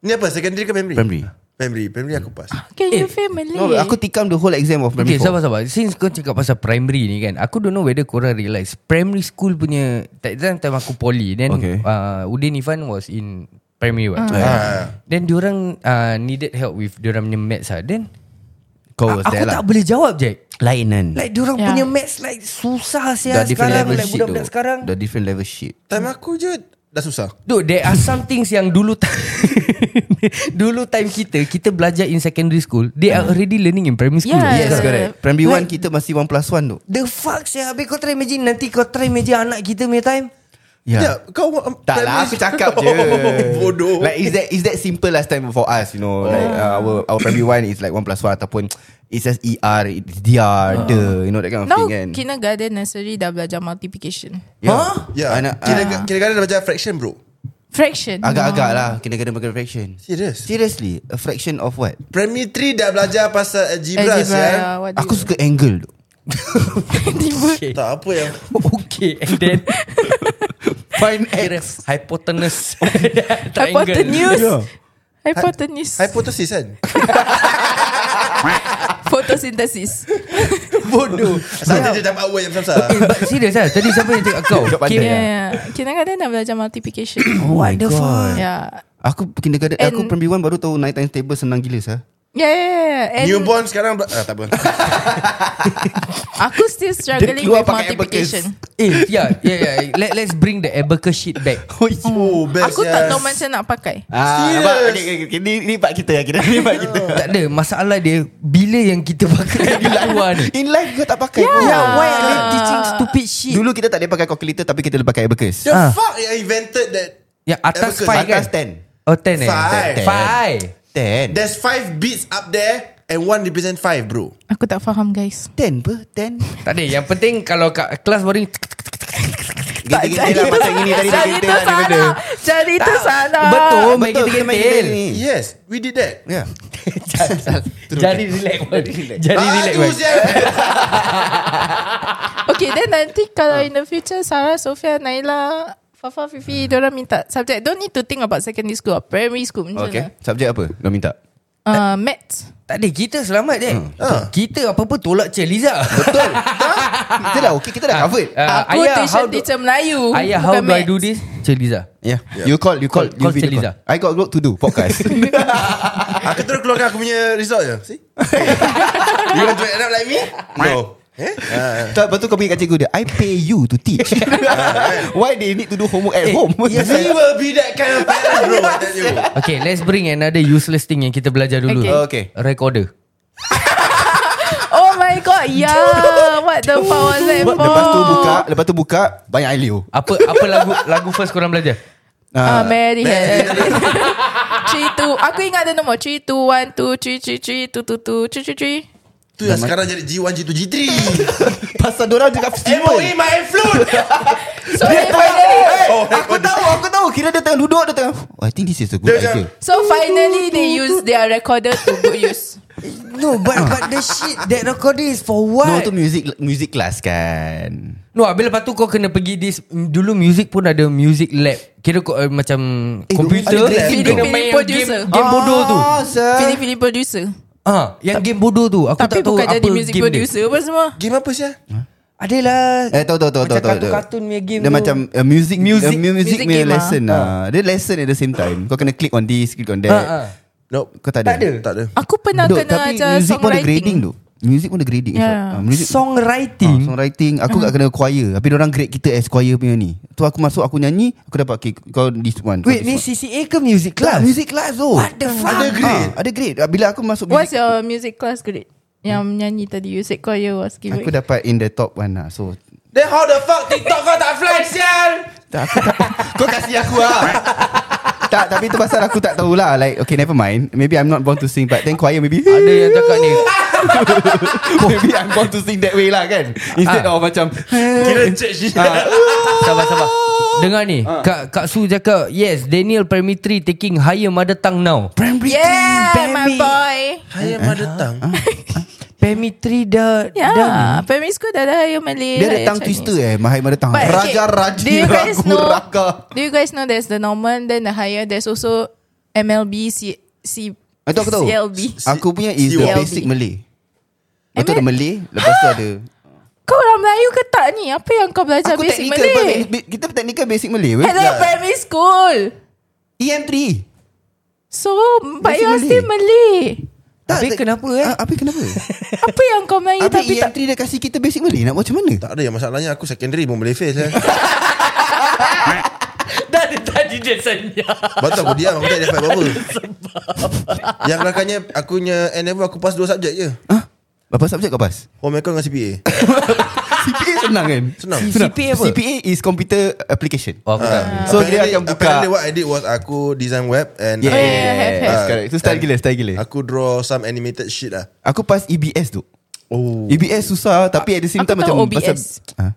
Speaker 5: Ni apa secondary ke primary?
Speaker 2: Primary. Ah.
Speaker 5: Primary Primary aku pass
Speaker 4: How can you family?
Speaker 2: Eh, No, aku tikam the whole exam of
Speaker 3: Okay,
Speaker 2: primary 4
Speaker 3: sabar sabar. Since kau cakap pasal primary ni kan, aku don't know whether korang realise primary school punya that time, time aku poly then
Speaker 2: Okay.
Speaker 3: okay. uh, Udin Ifan was in primary what.
Speaker 5: Ah.
Speaker 3: Then diorang uh, needed help with diorang punya maths ah. Then
Speaker 2: Kau
Speaker 3: a-
Speaker 2: was
Speaker 3: aku
Speaker 2: there
Speaker 3: tak
Speaker 2: lah
Speaker 3: boleh jawab je.
Speaker 2: Lain kan
Speaker 3: Like diorang
Speaker 4: Yeah.
Speaker 3: yeah. punya maths like susah
Speaker 2: Dah
Speaker 3: sia
Speaker 2: different
Speaker 3: sekarang
Speaker 2: level
Speaker 3: like
Speaker 2: shit
Speaker 3: budak-budak
Speaker 2: tu
Speaker 3: sekarang.
Speaker 2: Dah different level shit
Speaker 5: Time aku je Dah susah
Speaker 3: Dude, there are some things yang dulu ta- dulu time kita kita belajar in secondary school, they are already learning in primary school.
Speaker 4: Yeah.
Speaker 2: Yes
Speaker 4: Uh,
Speaker 2: correct Primary
Speaker 3: like-
Speaker 2: 1 kita masih 1 plus 1 tu
Speaker 3: The fuck sia Habis kau try imagine Nanti kau try imagine Anak kita punya time
Speaker 5: Sekejap Kau um,
Speaker 2: Ya. Tak
Speaker 5: primary
Speaker 2: lah aku
Speaker 5: school-
Speaker 2: cakap je
Speaker 5: Bodoh
Speaker 2: Like is that is that simple last time for us you know oh. Like uh, our, our primary one is like one plus one Ataupun it's just ER It's DR The You know that kind of thing
Speaker 4: Now
Speaker 2: kan
Speaker 4: kindergarten nursery dah belajar multiplication.
Speaker 2: yeah.
Speaker 3: Huh?
Speaker 5: Ya yeah.
Speaker 2: Anak,
Speaker 5: Kira- Kira-kira dah macam fraction bro
Speaker 4: Fraction.
Speaker 2: Agak-agak lah Kindergarten pakai fraction
Speaker 5: Serius
Speaker 2: Seriously A fraction of what?
Speaker 5: Primary 3 dah belajar pasal
Speaker 4: Algebra,
Speaker 5: algebra, algebra.
Speaker 4: yeah, what do
Speaker 2: eh? Aku
Speaker 4: you-
Speaker 2: suka angle tu
Speaker 5: Ya. Tak apa yang
Speaker 3: Okay And then
Speaker 2: Find
Speaker 3: Kira hypotenuse
Speaker 4: Hypotenuse.
Speaker 2: Yeah.
Speaker 4: Hypotenuse.
Speaker 5: Hypotesis kan
Speaker 4: Photosynthesis.
Speaker 5: Bodoh Saya je dapat word yang besar
Speaker 3: Eh but serious lah Tadi siapa yang cakap kau
Speaker 2: Kau
Speaker 4: Yeah,
Speaker 2: pandai.
Speaker 3: okay.
Speaker 4: yeah. yeah. Kindergarten dah belajar multiplication.
Speaker 2: Oh my god
Speaker 4: yeah.
Speaker 2: Aku kindergarten
Speaker 4: And-
Speaker 2: Aku primary one baru tahu 9 times table Senang gila sah
Speaker 4: Yeah, yeah, yeah. And
Speaker 5: Newborn sekarang bela- ah, Tak apa
Speaker 4: aku still struggling
Speaker 2: keluar
Speaker 4: with
Speaker 2: pakai
Speaker 4: multiplication.
Speaker 3: Eh yeah, yeah, yeah. Let, Let's bring the abacus shit back
Speaker 2: Oh, oh.
Speaker 5: best,
Speaker 4: Aku tak
Speaker 5: yes.
Speaker 4: tahu macam nak pakai.
Speaker 2: Ah,
Speaker 5: Serious.
Speaker 2: nampak? Okay, okay, okay. Ni, ni part kita kira. Ni part kita.
Speaker 3: Tak ada Masalah dia Bila yang kita pakai Di luar ni Ah.
Speaker 2: In life kau tak pakai. Yeah.
Speaker 3: Ya, Why are they teaching stupid shit
Speaker 2: Dulu kita tak boleh pakai calculator tapi kita boleh pakai abacus.
Speaker 5: The
Speaker 3: Ah.
Speaker 5: fuck yang invented that
Speaker 3: Yang atas
Speaker 5: Abacus,
Speaker 3: five kan
Speaker 2: Atas 10.
Speaker 3: Oh ten eh
Speaker 5: Five.
Speaker 3: Five
Speaker 2: 10.
Speaker 5: There's five beats up there And one represent five bro
Speaker 4: Aku tak faham guys.
Speaker 2: 10 apa? 10.
Speaker 3: Tak ada Yang penting Kalau kat kelas boring
Speaker 2: Gini-gini lah macam gini tadi dah kita
Speaker 4: Cerita
Speaker 2: lah ni benda.
Speaker 4: salah. Cerita salah.
Speaker 3: Betul Baik
Speaker 2: Betul kita
Speaker 3: kita
Speaker 2: main kita
Speaker 3: kentil
Speaker 5: Hmm.
Speaker 2: ni.
Speaker 5: Yes We did that
Speaker 2: Ya.
Speaker 3: Jadi relax
Speaker 2: Ah,
Speaker 3: Jadi relax
Speaker 5: tu
Speaker 3: man.
Speaker 5: sial.
Speaker 4: Okay, then nanti kalau in the future Sarah, Sofia, Naila, Fafa, Fifi, diorang minta subject. Don't need to think about secondary school or primary school macam
Speaker 2: Okay.
Speaker 4: okay.
Speaker 2: Subjek apa? Kau minta.
Speaker 4: Uh, maths.
Speaker 3: Tak ada kita selamat je
Speaker 2: Hmm.
Speaker 5: Ah.
Speaker 3: Kita apa-apa tolak je Liza
Speaker 2: Betul. Dah. Kita dah okay, kita dah covered.
Speaker 3: Ah,
Speaker 4: Aku
Speaker 3: ayah,
Speaker 4: tuition
Speaker 3: how do-
Speaker 4: teacher Melayu.
Speaker 3: Ayah
Speaker 4: bukan
Speaker 3: how do I
Speaker 4: maths.
Speaker 3: do this Cik Liza
Speaker 2: Yeah. Ya. You call, you call,
Speaker 3: Ya. Call-
Speaker 2: you
Speaker 3: call
Speaker 2: video
Speaker 3: Celiza.
Speaker 2: call. I got work to do podcast.
Speaker 5: Aku terus keluarkan aku punya result je See You want to end up like me No Eh? Ah.
Speaker 2: Tak, lepas tu kau pergi kat cikgu dia I pay you to teach Why they need to do homework at home
Speaker 5: We will be that kind of parent bro I tell you
Speaker 3: Okay let's bring another useless thing Yang kita belajar dulu
Speaker 4: Okay.
Speaker 2: Okay.
Speaker 3: Recorder
Speaker 4: Oh my god, yeah. What the fuck was that for?
Speaker 2: Lepas tu buka Lepas tu buka Banyak Ailio
Speaker 3: Apa apa lagu lagu first korang belajar
Speaker 4: Ah, Mary had Three, two. Aku ingat ada nombor. Three, two, one, two, three, three, three, two, two, two, three, three, three.
Speaker 5: Tu yang sekarang jadi G1, G2, G3
Speaker 2: Pasal dorang cakap
Speaker 5: MOE
Speaker 2: simple
Speaker 5: my flute
Speaker 4: So, finally,
Speaker 5: Oh
Speaker 2: Aku tahu Aku tahu Kira dia tengah duduk Dia tengah oh, I think this is a good
Speaker 5: Dia macam-
Speaker 2: idea
Speaker 4: so finally they use their recorder to good use.
Speaker 3: No but but the shit That recorder is for
Speaker 2: No
Speaker 3: what
Speaker 2: tu music music class kan
Speaker 3: No habis lepas tu kau kena pergi this Dulu music pun ada music lab Kira kau uh, macam
Speaker 2: Eh,
Speaker 3: Komputer
Speaker 2: ada lab
Speaker 3: Kau
Speaker 4: juga.
Speaker 3: kena main yang game,
Speaker 4: Producer. Ah.
Speaker 3: game bodoh tu
Speaker 2: sir.
Speaker 4: Filipino producer.
Speaker 3: ah, Yang game bodoh tu Aku
Speaker 4: Tapi
Speaker 3: tak tahu
Speaker 4: bukan
Speaker 3: apa
Speaker 4: jadi music
Speaker 3: game dia
Speaker 4: producer apa semua.
Speaker 5: Game apa sih?
Speaker 3: Adalah
Speaker 2: Eh tahu tahu tahu tahu
Speaker 3: Macam
Speaker 2: tahu.
Speaker 3: kartun-kartun punya game
Speaker 2: Dia
Speaker 3: tu.
Speaker 2: macam uh, music music uh,
Speaker 3: Music-
Speaker 2: music,
Speaker 4: music
Speaker 2: punya
Speaker 4: game
Speaker 2: lesson lah. Dia lesson at the same time. Kau kena click on this, click on that.
Speaker 3: Ah, ah.
Speaker 5: Nope
Speaker 2: Kau tak ada.
Speaker 3: Tak ada.
Speaker 5: Tak ada
Speaker 4: Aku pernah
Speaker 2: Duk,
Speaker 4: kena
Speaker 2: tapi
Speaker 4: ajar
Speaker 2: music pun ada
Speaker 4: songwriting.
Speaker 2: grading tu. Music pun ada grading.
Speaker 4: Yeah.
Speaker 2: Ah, music
Speaker 3: Songwriting
Speaker 2: Ah, songwriting Aku kat kena choir Tapi orang grade kita As choir punya ni Tu aku masuk Aku nyanyi Aku dapat okay, Kau this one kau
Speaker 3: Wait
Speaker 2: this
Speaker 3: ni
Speaker 2: one.
Speaker 3: CCA ke music
Speaker 2: Class
Speaker 3: class
Speaker 2: Music class tu
Speaker 3: What the fuck?
Speaker 2: Ada grade Ada grade Ah, Bila aku masuk
Speaker 4: What's
Speaker 2: music
Speaker 4: your music class grade? Yang nyanyi tadi You said choir was given
Speaker 2: Aku dapat in the top one lah So
Speaker 5: Then how the fuck TikTok kau tak fly sial
Speaker 2: tak, aku tak, Kau kasih aku lah tak tapi tu pasal aku tak tahulah like okay never mind maybe I'm not born to sing but then choir maybe
Speaker 3: Ada yang cakap ni
Speaker 2: maybe I'm born to sing that way lah kan instead
Speaker 3: Ah.
Speaker 2: of macam
Speaker 5: Kira church ni
Speaker 3: Sabar sabar Dengar ni
Speaker 2: Ah.
Speaker 3: Kak, Kak Su cakap Yes Daniel Primary 3 Taking higher mother tongue now
Speaker 2: primary
Speaker 4: Yeah, my boy.
Speaker 5: Higher mother tongue
Speaker 3: Primary 3 dah dah ni.
Speaker 4: Yeah, primary school dah ada higher Malay.
Speaker 2: dia ada
Speaker 4: higher
Speaker 2: tang
Speaker 4: Chinese.
Speaker 2: twister eh Mahai mana tang
Speaker 4: But, okay,
Speaker 2: Raja Raji
Speaker 4: do you guys
Speaker 2: Ragu
Speaker 4: know-
Speaker 2: Raka
Speaker 4: Do you guys know there's the normal, then the higher, there's also MLB, C,
Speaker 2: Itu
Speaker 4: C,
Speaker 2: aku tahu
Speaker 4: CLB.
Speaker 2: Aku punya is the
Speaker 4: CLB.
Speaker 2: basic Malay Lepas tu
Speaker 4: Amen.
Speaker 2: ada Malay Lepas tu ada
Speaker 4: Kau orang Melayu ke tak ni? Apa yang kau belajar
Speaker 2: Aku
Speaker 4: basic
Speaker 2: technical
Speaker 4: Malay?
Speaker 2: ba- ba- Kita technical basic Malay weh. E
Speaker 4: Hello, primary school.
Speaker 2: EM3
Speaker 4: So, but
Speaker 2: Basic
Speaker 4: you are
Speaker 2: Malay.
Speaker 4: still Malay.
Speaker 3: Habis kenapa, eh?
Speaker 2: Ah, Habis E kenapa
Speaker 4: Apa yang kau Melayu
Speaker 2: Habis ya.
Speaker 4: tapi tak...
Speaker 2: EM3 dah kasih kita basic Malay Nak buat macam mana
Speaker 5: Tak ada yang masalahnya Aku secondary pun boleh fail eh.
Speaker 3: Dah dia tadi dia senyap
Speaker 5: Betul aku diam Aku tak dapat apa-apa Yang rakannya Aku punya A level aku pass dua subjek je
Speaker 2: Hah? Ah. Berapa subjek kau pass?
Speaker 5: Home econ dengan CPA
Speaker 2: CPA senang kan?
Speaker 5: Senang.
Speaker 3: CPA apa?
Speaker 2: CPA is computer application.
Speaker 3: Oh, aku tak.
Speaker 2: Ah. So dia akan buka-
Speaker 5: Apparently what I did was Aku design web And
Speaker 2: Yes,
Speaker 4: Oh, yeah, yeah, have, have.
Speaker 2: correct. So style gila, style gila.
Speaker 5: Aku draw some animated shit lah
Speaker 2: Aku pass E EBS tu.
Speaker 5: Oh
Speaker 2: EBS susah tapi at the same
Speaker 4: Aku
Speaker 2: time macam
Speaker 4: tahu OBS.
Speaker 2: pasal ha?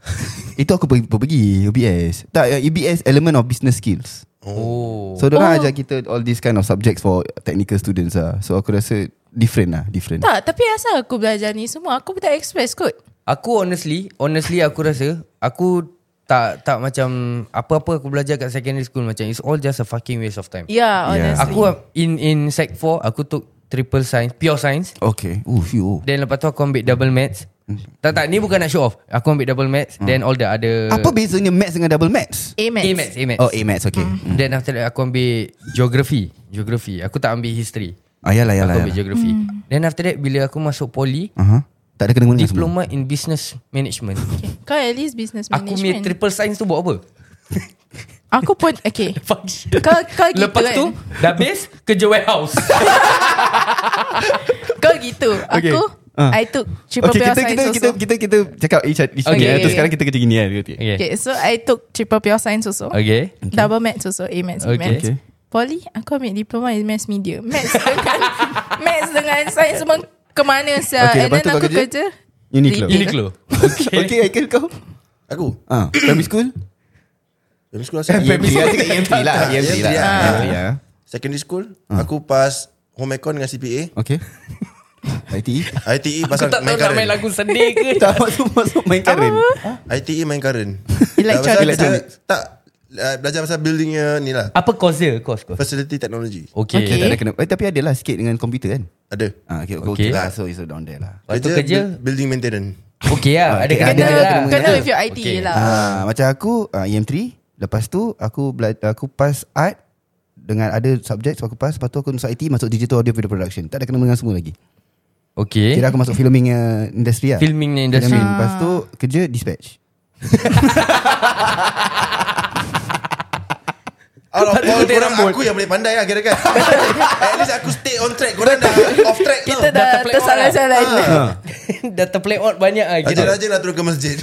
Speaker 2: Itu aku pergi, pergi EBS. Tak eh, EBS element of business skills.
Speaker 3: Oh
Speaker 2: So dia
Speaker 4: Oh.
Speaker 2: ajar kita all these kind of subjects for technical students lah. So aku rasa different lah, different.
Speaker 4: Tak, tapi asal aku belajar ni semua? Aku tak express kot.
Speaker 3: Aku honestly Honestly aku rasa Aku tak tak macam Apa-apa aku belajar kat secondary school Macam it's all just a fucking waste of time
Speaker 2: Ya.
Speaker 4: Yeah, honestly.
Speaker 3: Aku in in sec 4 Aku took triple science Pure science
Speaker 2: Okay. Oh, few.
Speaker 3: Then lepas tu aku ambil double maths
Speaker 2: Mm.
Speaker 3: Tak tak ni bukan nak show off Aku ambil double maths Then all the other
Speaker 2: Apa bezanya maths dengan double maths?
Speaker 4: A-maths.
Speaker 3: A maths A Eh. maths
Speaker 2: Oh, A maths, okay.
Speaker 4: Hmm.
Speaker 2: Mm.
Speaker 3: Then after that aku ambil geography Geography Aku tak ambil history
Speaker 2: Ah, yalah,
Speaker 3: Aku
Speaker 2: yalah.
Speaker 3: ambil
Speaker 2: yalah.
Speaker 3: geography Then after that bila aku masuk poly
Speaker 2: Aha. Tak ada kena-mengena semua.
Speaker 3: Diploma in business management
Speaker 4: Kau at least business
Speaker 3: Aku punya
Speaker 4: management. Aku,
Speaker 3: triple science tu buat apa?
Speaker 4: aku pun, okay.
Speaker 3: Function
Speaker 4: Kau, kau gitu
Speaker 3: Lepas
Speaker 4: kan?
Speaker 3: tu Dah habis Kerja warehouse
Speaker 4: Kau gitu
Speaker 2: Okay.
Speaker 4: Aku
Speaker 2: Ah.
Speaker 4: I took triple
Speaker 2: okay, kita,
Speaker 4: pure science
Speaker 2: kita,
Speaker 4: also
Speaker 2: kita, kita, kita cakap each, each okay,
Speaker 3: Okay,
Speaker 2: okay,
Speaker 4: okay,
Speaker 2: Terus
Speaker 4: okay.
Speaker 2: sekarang kita kerja gini kan okay.
Speaker 4: Okay so I took triple pure science also
Speaker 3: Okay
Speaker 4: Double maths also A maths
Speaker 3: Okay.
Speaker 4: okay. maths
Speaker 2: Okay.
Speaker 4: Poly Aku ambil diploma in mass media Maths dengan Maths dengan sains semua Kemana
Speaker 2: Okay,
Speaker 4: sia okay, And
Speaker 2: lepas
Speaker 4: then
Speaker 2: tu kau
Speaker 4: aku
Speaker 2: kerja?
Speaker 4: kerja,
Speaker 2: Uniqlo.
Speaker 4: Retail.
Speaker 3: Uniqlo
Speaker 2: Okay Aikil kau
Speaker 5: Aku
Speaker 2: ah, Primary school
Speaker 5: Primary school lah, asal
Speaker 2: EMP lah EMP lah EMP lah
Speaker 5: Secondary school Aku pass Home econ dengan CPA
Speaker 2: Okay ITE
Speaker 5: ITE pasal
Speaker 3: Tak tahu
Speaker 5: main
Speaker 3: nak main
Speaker 5: E current
Speaker 3: lagu sedih ke
Speaker 2: Tak masuk masuk main current
Speaker 5: ITE E main current
Speaker 4: Electronics.
Speaker 5: Pasal- Tak uh, Belajar pasal buildingnya ni lah
Speaker 3: Apa cause dia Cause cause
Speaker 5: Facility technology
Speaker 3: Okay,
Speaker 2: Tak ada kena eh, Tapi ada lah sikit dengan komputer kan
Speaker 5: Ada
Speaker 2: Ah, okay,
Speaker 3: Okay.
Speaker 2: okay. okay lah So it's down there lah
Speaker 3: Lepas tu
Speaker 5: Kerja,
Speaker 3: kerja
Speaker 5: bu- Building maintenance
Speaker 3: Okay lah Ada
Speaker 2: Okay, ada-
Speaker 3: kena
Speaker 2: ada
Speaker 3: lah
Speaker 2: kena-mengena.
Speaker 4: Kena with your ID
Speaker 3: Okay.
Speaker 4: lah
Speaker 2: ah, Macam aku ah, EM3 Lepas tu Aku bela- aku pass art Dengan ada subjek so Aku pass Lepas tu aku masuk IT Masuk digital audio video production Tak ada kena dengan semua lagi
Speaker 3: Okay
Speaker 2: Kira aku masuk filming uh, industry lah
Speaker 3: Filming ni industry.
Speaker 2: Filming. Lepas tu kerja dispatch
Speaker 5: Out of all
Speaker 3: putih
Speaker 5: korang
Speaker 3: rambut.
Speaker 5: Aku yang boleh pandai lah kira kan At least aku stay on track Korang dah off track
Speaker 4: Kita
Speaker 5: tau
Speaker 3: dah
Speaker 4: dah
Speaker 3: terplay
Speaker 4: tersalah
Speaker 3: orang.
Speaker 4: salah
Speaker 3: Dah terplay out banyak lah kira.
Speaker 5: Rajin-rajin lah turun ke masjid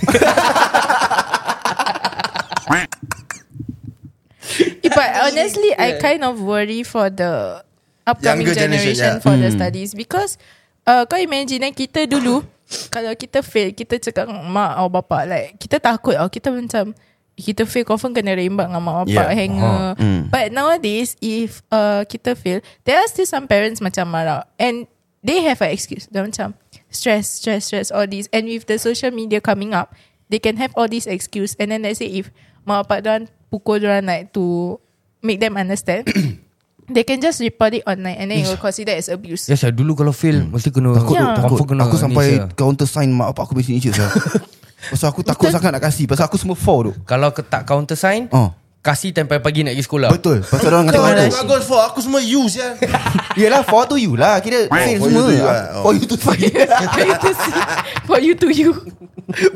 Speaker 4: But honestly I kind of worry for the Upcoming
Speaker 5: Younger generation,
Speaker 4: generation
Speaker 5: yeah.
Speaker 4: For the studies Because uh, Kau imagine eh, Kita dulu Kalau kita fail Kita cakap dengan Mak atau bapak like, Kita takut oh, Kita macam Kita fail confirm kena rembat Dengan mak bapak
Speaker 2: Yeah.
Speaker 4: yeah. Hanger
Speaker 3: Ha.
Speaker 4: But nowadays If uh, kita fail There are still some parents Macam marah And They have an excuse Dia macam Stress Stress Stress All this And with the social media coming up They can have all these excuse And then let's say if Mak bapak diorang Pukul diorang like To Make them understand They can just report it online And then it will consider as abuse
Speaker 3: Ya saya dulu kalau fail Mesti kena
Speaker 2: Takut
Speaker 4: Ya.
Speaker 2: yeah. takut.
Speaker 3: Confirm kena
Speaker 2: aku
Speaker 3: ni,
Speaker 2: sampai
Speaker 3: Syah.
Speaker 2: counter sign mak bapak aku bagi signature saya. Pasal aku takut sangat nak kasih Pasal aku semua four tu
Speaker 3: Kalau ke- tak counter sign
Speaker 2: Oh.
Speaker 3: Kasih tempat pagi nak pergi sekolah
Speaker 2: Betul Pasal orang kata
Speaker 5: Aku
Speaker 2: aku
Speaker 5: aku goal for Aku semua use ya
Speaker 2: Yelah four to you lah Kira fail
Speaker 5: for you
Speaker 2: semua
Speaker 5: to you lah. Oh.
Speaker 2: For you to see
Speaker 4: For you to see For you to you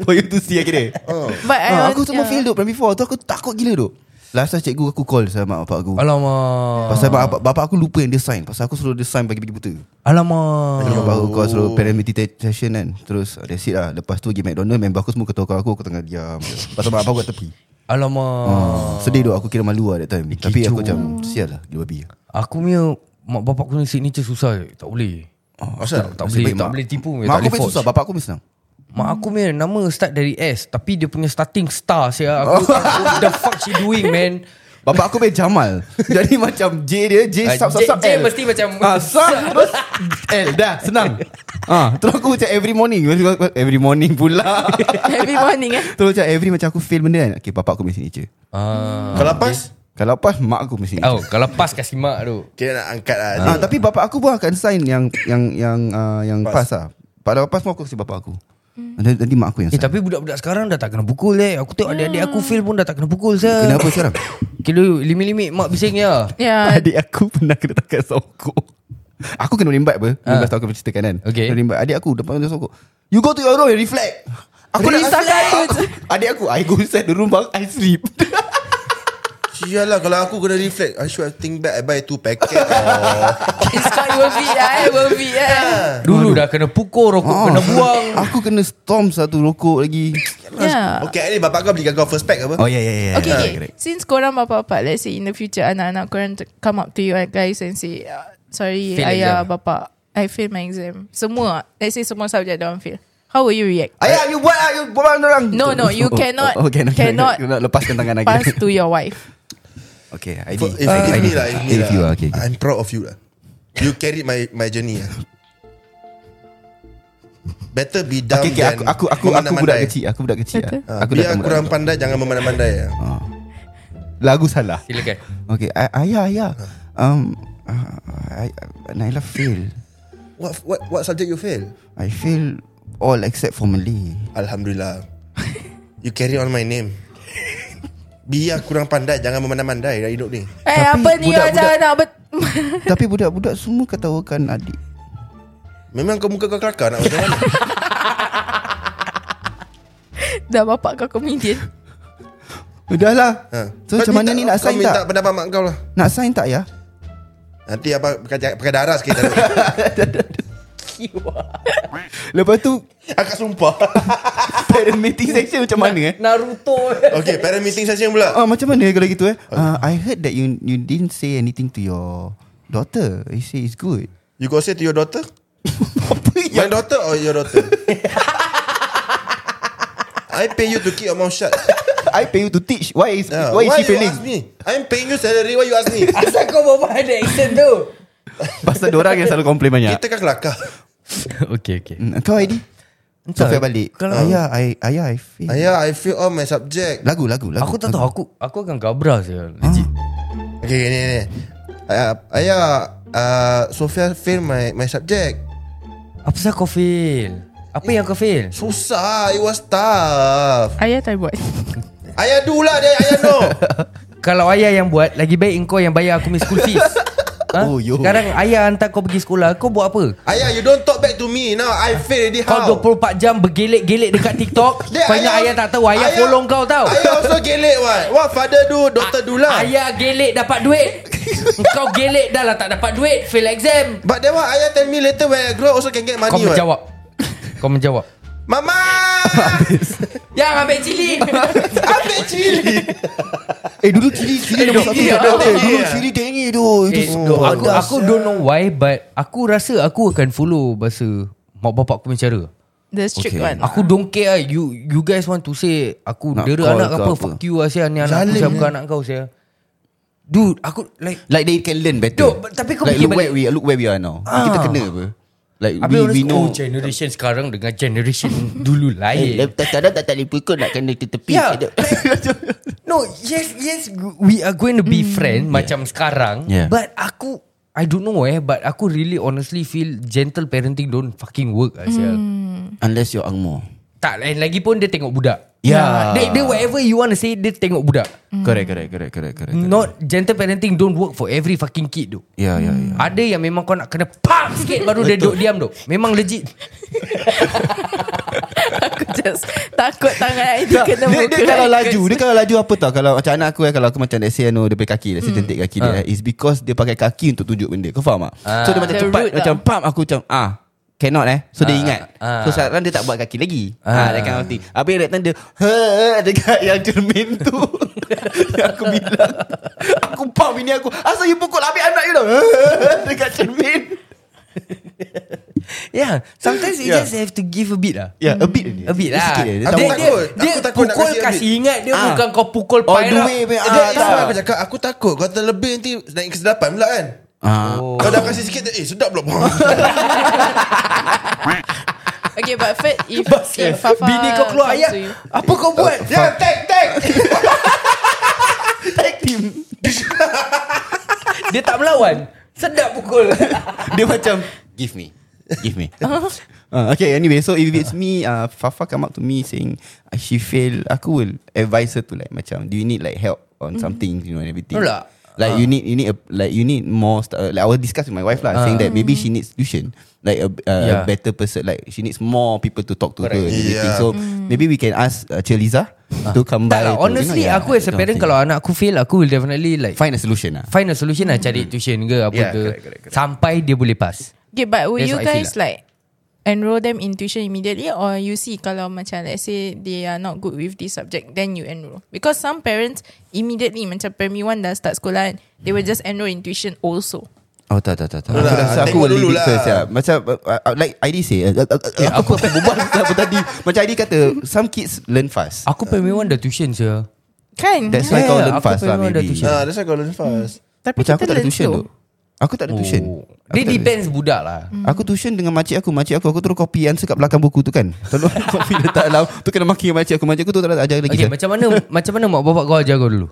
Speaker 2: For you to see lah kira
Speaker 4: But I
Speaker 2: ha,
Speaker 4: want-
Speaker 2: Aku semua
Speaker 4: yeah.
Speaker 2: fail tu Primary four tu aku takut gila tu Last time cikgu aku call Sama mak bapak aku
Speaker 3: Alamak
Speaker 2: Pasal bapak, bapak aku lupa yang dia sign Pasal aku suruh dia sign Bagi-bagi buta
Speaker 3: Alamak
Speaker 2: Terus bapak aku kau suruh parent meeting session kan Terus that's it lah Lepas tu pergi McDonald Member aku semua ketua aku Aku tengah diam Pasal bapak aku kat tepi
Speaker 3: Alamak.
Speaker 2: Sedih tu aku kira malu lah that time Tapi aku macam Sial lah Gila babi
Speaker 3: Aku punya mak bapak aku ni signature susah. eh. Tak boleh.
Speaker 2: Ah,
Speaker 5: Asal?
Speaker 3: Tak boleh, tak boleh tipu.
Speaker 2: Mak
Speaker 3: tak
Speaker 2: aku
Speaker 3: boleh
Speaker 2: pun
Speaker 3: forge.
Speaker 2: susah Bapak aku pun senang
Speaker 3: Mak aku punya nama start dari S tapi dia punya starting star saya. Aku, aku what the fuck she doing man?
Speaker 2: Bapak aku main Jamal Jadi macam J dia J
Speaker 3: Ah,
Speaker 2: sub sub
Speaker 3: J-
Speaker 2: sub
Speaker 3: J
Speaker 2: L.
Speaker 3: mesti macam-
Speaker 2: ah, Sub terus L Dah senang ah, Terus aku macam every morning Every morning pula
Speaker 4: Every morning eh
Speaker 2: Terus macam every macam aku fail benda kan Okay bapak aku main signature
Speaker 3: Ah.
Speaker 5: Kalau lepas
Speaker 2: Kalau pas mak aku main signature
Speaker 3: Oh, kalau pas kasih mak tu.
Speaker 5: Kira nak angkat lah
Speaker 3: Oh.
Speaker 2: ah, Tapi bapak aku pun akan sign yang Yang yang ah, yang
Speaker 5: Pas.
Speaker 2: pas, lah Pada pas pun aku kasi bapak aku Nanti, nanti mak aku yang
Speaker 3: Eh
Speaker 2: sign
Speaker 3: tapi budak-budak sekarang dah tak kena pukul eh. Aku tengok adik-adik aku fail pun dah tak kena pukul saya.
Speaker 2: Kenapa sekarang?
Speaker 3: Kira limit-limit mak bising ya.
Speaker 4: Ya
Speaker 2: Adik aku pernah kena takat sokok Aku kena rimbat apa 15
Speaker 3: Ah.
Speaker 2: tahun aku ceritakan kan
Speaker 3: Okay.
Speaker 2: Kena rimbat Adik aku depan dia sokok You go to your room and reflect Aku nak
Speaker 4: Reflect.
Speaker 2: reflect Aku- Adik aku I go inside the room bang I sleep
Speaker 5: Sial lah Kalau aku kena reflect I should have think back I buy two packet oh.
Speaker 4: It's quite worth it lah eh Worth it eh
Speaker 3: Dulu dah kena pukul, rokok
Speaker 2: Ah.
Speaker 3: kena buang.
Speaker 2: Aku kena storm satu rokok lagi
Speaker 4: Yeah
Speaker 5: Okay ni bapak kau belikan kau first pack apa
Speaker 2: Oh
Speaker 4: ya,
Speaker 2: yeah yeah yeah
Speaker 4: Okay,
Speaker 2: yeah,
Speaker 4: okay.
Speaker 2: correct.
Speaker 4: Since korang bapa-bapa, let's say in the future anak-anak korang t- come up to you eh, guys and say, uh, sorry
Speaker 3: Fail
Speaker 4: ayah
Speaker 3: exam.
Speaker 4: bapa, I fail my exam. Semua, let's say semua subjek dah fail. How will you react?
Speaker 2: Ayah you buat ah, You buat Oh, orang
Speaker 4: No, no, you cannot- cannot
Speaker 2: cannot Lepaskan tangan lagi
Speaker 4: Pass to your wife.
Speaker 2: Okay ID
Speaker 5: For, if, uh, if
Speaker 2: ID.
Speaker 5: me lah, if me
Speaker 2: If you
Speaker 5: lah.
Speaker 2: are, okay, okay.
Speaker 5: I'm proud of you lah. You carried my my journey lah. Better be dumb
Speaker 2: Okay, okay,
Speaker 5: than
Speaker 2: aku aku aku, aku budak
Speaker 5: memandai-mandai.
Speaker 2: kecil, aku budak kecil. ah.
Speaker 5: Ah,
Speaker 2: Aku
Speaker 5: biar
Speaker 2: datang
Speaker 5: kurang
Speaker 2: budak- Ah.
Speaker 5: pandai jangan memandai-mandai ya.
Speaker 2: Lagu salah.
Speaker 3: Silakan.
Speaker 2: Okay, ay- ayah, ayah. Um, uh, I, Naila fail.
Speaker 5: What what what subject you fail?
Speaker 2: I fail all except for Malay.
Speaker 5: Alhamdulillah. you carry on my name. Biar kurang pandai jangan memandai-mandai dah hidup ni.
Speaker 4: Eh,
Speaker 2: Tapi
Speaker 4: apa ni
Speaker 2: budak-
Speaker 4: macam
Speaker 2: budak-
Speaker 4: nak bet...
Speaker 2: Tapi budak-budak semua ketawakan adik.
Speaker 5: Memang kau muka kau kelakar nak macam mana?
Speaker 4: Dah bapak kau comedian.
Speaker 2: Dah lah.
Speaker 5: Ha.
Speaker 2: So macam mana ni nak
Speaker 5: kau
Speaker 2: sign
Speaker 5: minta
Speaker 2: tak?
Speaker 5: pendapat mak kau lah.
Speaker 2: Nak sign tak ya?
Speaker 5: Nanti apa pakai, pakai darah sikit taruh.
Speaker 2: Lepas tu
Speaker 5: Akak sumpah.
Speaker 2: parent meeting section macam mana eh?
Speaker 3: Naruto.
Speaker 5: okay, parent meeting session pula.
Speaker 2: Ah macam mana kalau gitu eh? Ah, I heard that you you didn't say anything to your daughter. You say it's good.
Speaker 5: You got say to your daughter?
Speaker 2: Apa
Speaker 5: My daughter or your daughter? I pay you to keep your mouth shut.
Speaker 2: I pay you to teach. Why is
Speaker 5: Yeah.
Speaker 2: why is she
Speaker 5: you
Speaker 2: failing?
Speaker 5: ask me? I'm paying you salary. Why you ask me?
Speaker 3: Asal kau bawa ada accent tu?
Speaker 2: Pasal dorang yang selalu komplain banyak.
Speaker 5: Kita kan kelakar.
Speaker 3: okay, okay.
Speaker 2: Hmm, Kau ID? Sofia balik.
Speaker 3: Kalau
Speaker 2: ayah, I, ayah, I fail.
Speaker 5: Ayah, I feel all my subject.
Speaker 2: Lagu, lagu, lagu.
Speaker 3: Aku tak tahu aku aku akan gabra saya. Legit.
Speaker 5: Okay, okay, ni, ni. Ayah, ayah uh, Sofia fail my my subject.
Speaker 3: Apa sah kau fail? Apa yang kau fail?
Speaker 5: Susah, it was tough.
Speaker 4: Ayah tak buat.
Speaker 5: Ayah do lah dia, ayah no.
Speaker 3: Kalau ayah yang buat Lagi baik engkau yang bayar aku punya school fees ha?
Speaker 2: Oh, yo.
Speaker 3: Sekarang ayah hantar kau pergi sekolah Kau buat apa?
Speaker 5: ayah, you don't talk back to me. Now I fail already. How?
Speaker 3: Kau 24 jam bergelik-gelik dekat TikTok
Speaker 5: Dia
Speaker 3: Kau ingat ayah tak tahu Ayah, follow kau tau
Speaker 5: Ayah also gelik what What father do Daughter do lah
Speaker 3: Ayah gelik dapat duit Kau gelik dah lah tak dapat duit Fail exam
Speaker 5: But then what Ayah tell me later When I grow also can get money
Speaker 3: Kau
Speaker 5: what
Speaker 3: menjawab Kau menjawab
Speaker 5: Mama
Speaker 3: Yang ambil cili
Speaker 5: Ambil cili
Speaker 2: Eh dulu cili Cili nombor satu
Speaker 5: Cili,
Speaker 2: Eh,
Speaker 5: ada.
Speaker 2: Dulu cili dengi tu Itu
Speaker 3: eh,
Speaker 2: semua
Speaker 3: Aku aku don't know why But aku rasa aku akan follow Bahasa Mak bapak aku punya cara
Speaker 4: The
Speaker 2: Okay.
Speaker 4: strict okay. one.
Speaker 3: Aku don't care lah. You you guys want to say Aku
Speaker 2: Nak
Speaker 3: dera
Speaker 2: call
Speaker 3: anak
Speaker 2: ke
Speaker 3: apa,
Speaker 2: apa.
Speaker 3: Fuck you lah Saya ni anak aku
Speaker 5: Zalim
Speaker 3: Saya bukan
Speaker 5: lah.
Speaker 3: anak kau saya Dude Aku like
Speaker 2: Like they can learn better
Speaker 3: Duh, but- tapi kau
Speaker 2: like,
Speaker 3: fikir
Speaker 2: look where
Speaker 3: balik. Ah.
Speaker 2: we Look where we are now Kita kena apa Like we,
Speaker 3: Habis
Speaker 2: we
Speaker 3: orang know.
Speaker 2: know Eh,
Speaker 3: Oh generation sekarang Dengan generation dulu lain
Speaker 2: Sekarang tak tak boleh pukul Nak kena ke tepi
Speaker 3: Ya No Yes yes We are going to be friend Macam sekarang
Speaker 2: Yeah.
Speaker 3: But aku I don't know eh But aku really honestly feel Gentle parenting don't fucking work lah, mm.
Speaker 2: Unless you're angmo
Speaker 3: Tak lain lagi pun Dia tengok budak
Speaker 2: Ya.
Speaker 3: Dia, dia whatever you want to say Dia tengok budak
Speaker 2: Correct correct correct correct correct
Speaker 3: Not gentle parenting don't work for every fucking kid tu.
Speaker 2: Ya ya ya
Speaker 3: Hmm. Ada yang memang kau nak kena pam sikit baru dia duduk diam tu. Memang legit.
Speaker 4: aku just takut tangan ID
Speaker 2: Tak,
Speaker 4: kena
Speaker 2: dia,
Speaker 4: muka.
Speaker 2: dia kalau laju Dia kalau laju apa tau Kalau macam anak aku eh, Kalau aku macam Let's say no, Dia pakai kaki Let's
Speaker 3: Hmm.
Speaker 2: say jentik kaki
Speaker 3: Ah.
Speaker 2: dia eh, It's because dia pakai kaki Untuk tunjuk benda Kau faham tak So dia macam
Speaker 4: The
Speaker 2: cepat
Speaker 4: root
Speaker 2: Macam pam Aku macam ah Cannot eh So dia
Speaker 3: Ah,
Speaker 2: ingat
Speaker 3: ah.
Speaker 2: So sekarang dia tak buat kaki lagi
Speaker 3: Ah.
Speaker 2: ha, Dia kan ulti Habis right time dia ha, Dekat yang cermin tu Yang aku bilang Aku pump ini aku Asal you pukul habis anak you tau Dekat cermin
Speaker 3: Yeah Sometimes you
Speaker 2: Yeah.
Speaker 3: just have to give a bit lah
Speaker 2: Ya yeah, a bit ni
Speaker 3: A bit lah
Speaker 2: Sikit je Dia
Speaker 3: Dia,
Speaker 2: tak
Speaker 3: Ya. dia, dia,
Speaker 5: takut.
Speaker 3: dia
Speaker 5: Aku takut nak
Speaker 3: pukul
Speaker 5: kasi a
Speaker 3: kasih
Speaker 5: bit.
Speaker 3: ingat Dia
Speaker 2: Ah.
Speaker 3: bukan kau pukul
Speaker 2: All the
Speaker 3: paira
Speaker 2: way punya,
Speaker 5: Dia,
Speaker 2: ah,
Speaker 5: itu
Speaker 2: tak.
Speaker 5: sebab aku cakap Aku takut Kalau terlebih nanti Naik ke sedapan pula kan
Speaker 2: Ah.
Speaker 5: Kau dah kasi sikit Eh sedap pula
Speaker 4: Okay, but Fed, if,
Speaker 2: eh,
Speaker 3: Basket
Speaker 4: if Fafa
Speaker 3: Eh, Bini kau keluar
Speaker 4: comes
Speaker 3: ayat
Speaker 4: to you-
Speaker 3: Apa kau buat
Speaker 5: Ya tag tag
Speaker 2: Tag team
Speaker 3: Dia tak melawan Sedap pukul
Speaker 2: Dia macam Give me Give me uh, Okay anyway So if it's me uh, Fafa come up to me Saying uh, She fail Aku will advise her to like Macam Do you need like help On something You know and everything
Speaker 3: Mhm. No lah.
Speaker 2: Like you need you need a, like you need more st- uh, like I will discuss with my wife lah saying that maybe she needs tuition like a, uh,
Speaker 3: Yeah.
Speaker 2: a better person like she needs more people to talk to her and
Speaker 5: Correct.
Speaker 2: everything.
Speaker 5: Yeah.
Speaker 2: so maybe we can ask uh, Cheliza to come
Speaker 3: Mm. Tak
Speaker 2: by
Speaker 3: lah
Speaker 2: to,
Speaker 3: Honestly
Speaker 2: yeah,
Speaker 3: aku
Speaker 2: that kind
Speaker 3: as a
Speaker 2: of
Speaker 3: parent
Speaker 2: thing.
Speaker 3: Kalau anak aku fail Aku will definitely like
Speaker 2: ya, find a solution lah
Speaker 3: Find a solution lah Cari tuition ke apa
Speaker 2: Yeah,
Speaker 3: ke
Speaker 2: correct, correct, correct.
Speaker 3: Sampai dia boleh pass
Speaker 4: Okay, but will
Speaker 3: That's
Speaker 4: you
Speaker 3: what I feel
Speaker 4: guys like enroll them in tuition immediately or you see kalau macam let's say they are not good with this subject then you enroll because some parents immediately macam primary one dah start sekolah kan, they will just enroll in tuition also
Speaker 2: Oh tak tak tak tak.
Speaker 5: No
Speaker 2: Aku
Speaker 5: lah,
Speaker 2: rasa aku
Speaker 5: tengok
Speaker 2: will
Speaker 5: dulu
Speaker 2: leave it
Speaker 5: lah.
Speaker 2: first ya. Macam uh, uh, like ID say uh, uh, uh,
Speaker 3: Eh,
Speaker 2: uh, aku aku berbual apa tadi. Macam ID kata some kids learn fast.
Speaker 3: Aku primary one dah tuition je
Speaker 4: kan
Speaker 2: That's why
Speaker 3: Yeah,
Speaker 2: kau learn
Speaker 3: aku
Speaker 2: fast lah
Speaker 3: ya, memang ada
Speaker 2: maybe.
Speaker 3: tuition.
Speaker 5: Ah, That's why kau learn fast
Speaker 4: tapi
Speaker 2: Macam
Speaker 4: kita
Speaker 2: aku tak ada
Speaker 4: learn
Speaker 2: tuition
Speaker 4: slow
Speaker 2: tu. Aku tak ada tuition. Aku
Speaker 3: Oh. Dia
Speaker 2: tak ada-
Speaker 3: depends budak lah
Speaker 2: Aku tuition dengan makcik aku Makcik aku Aku terus copy answer kat belakang buku tu kan Terus copy letak dalam Tu kena maki dengan makcik aku Makcik aku tu tak ada ajar lagi
Speaker 3: Okay
Speaker 2: okay,
Speaker 3: macam mana Macam mana mak bapak kau ajar kau dulu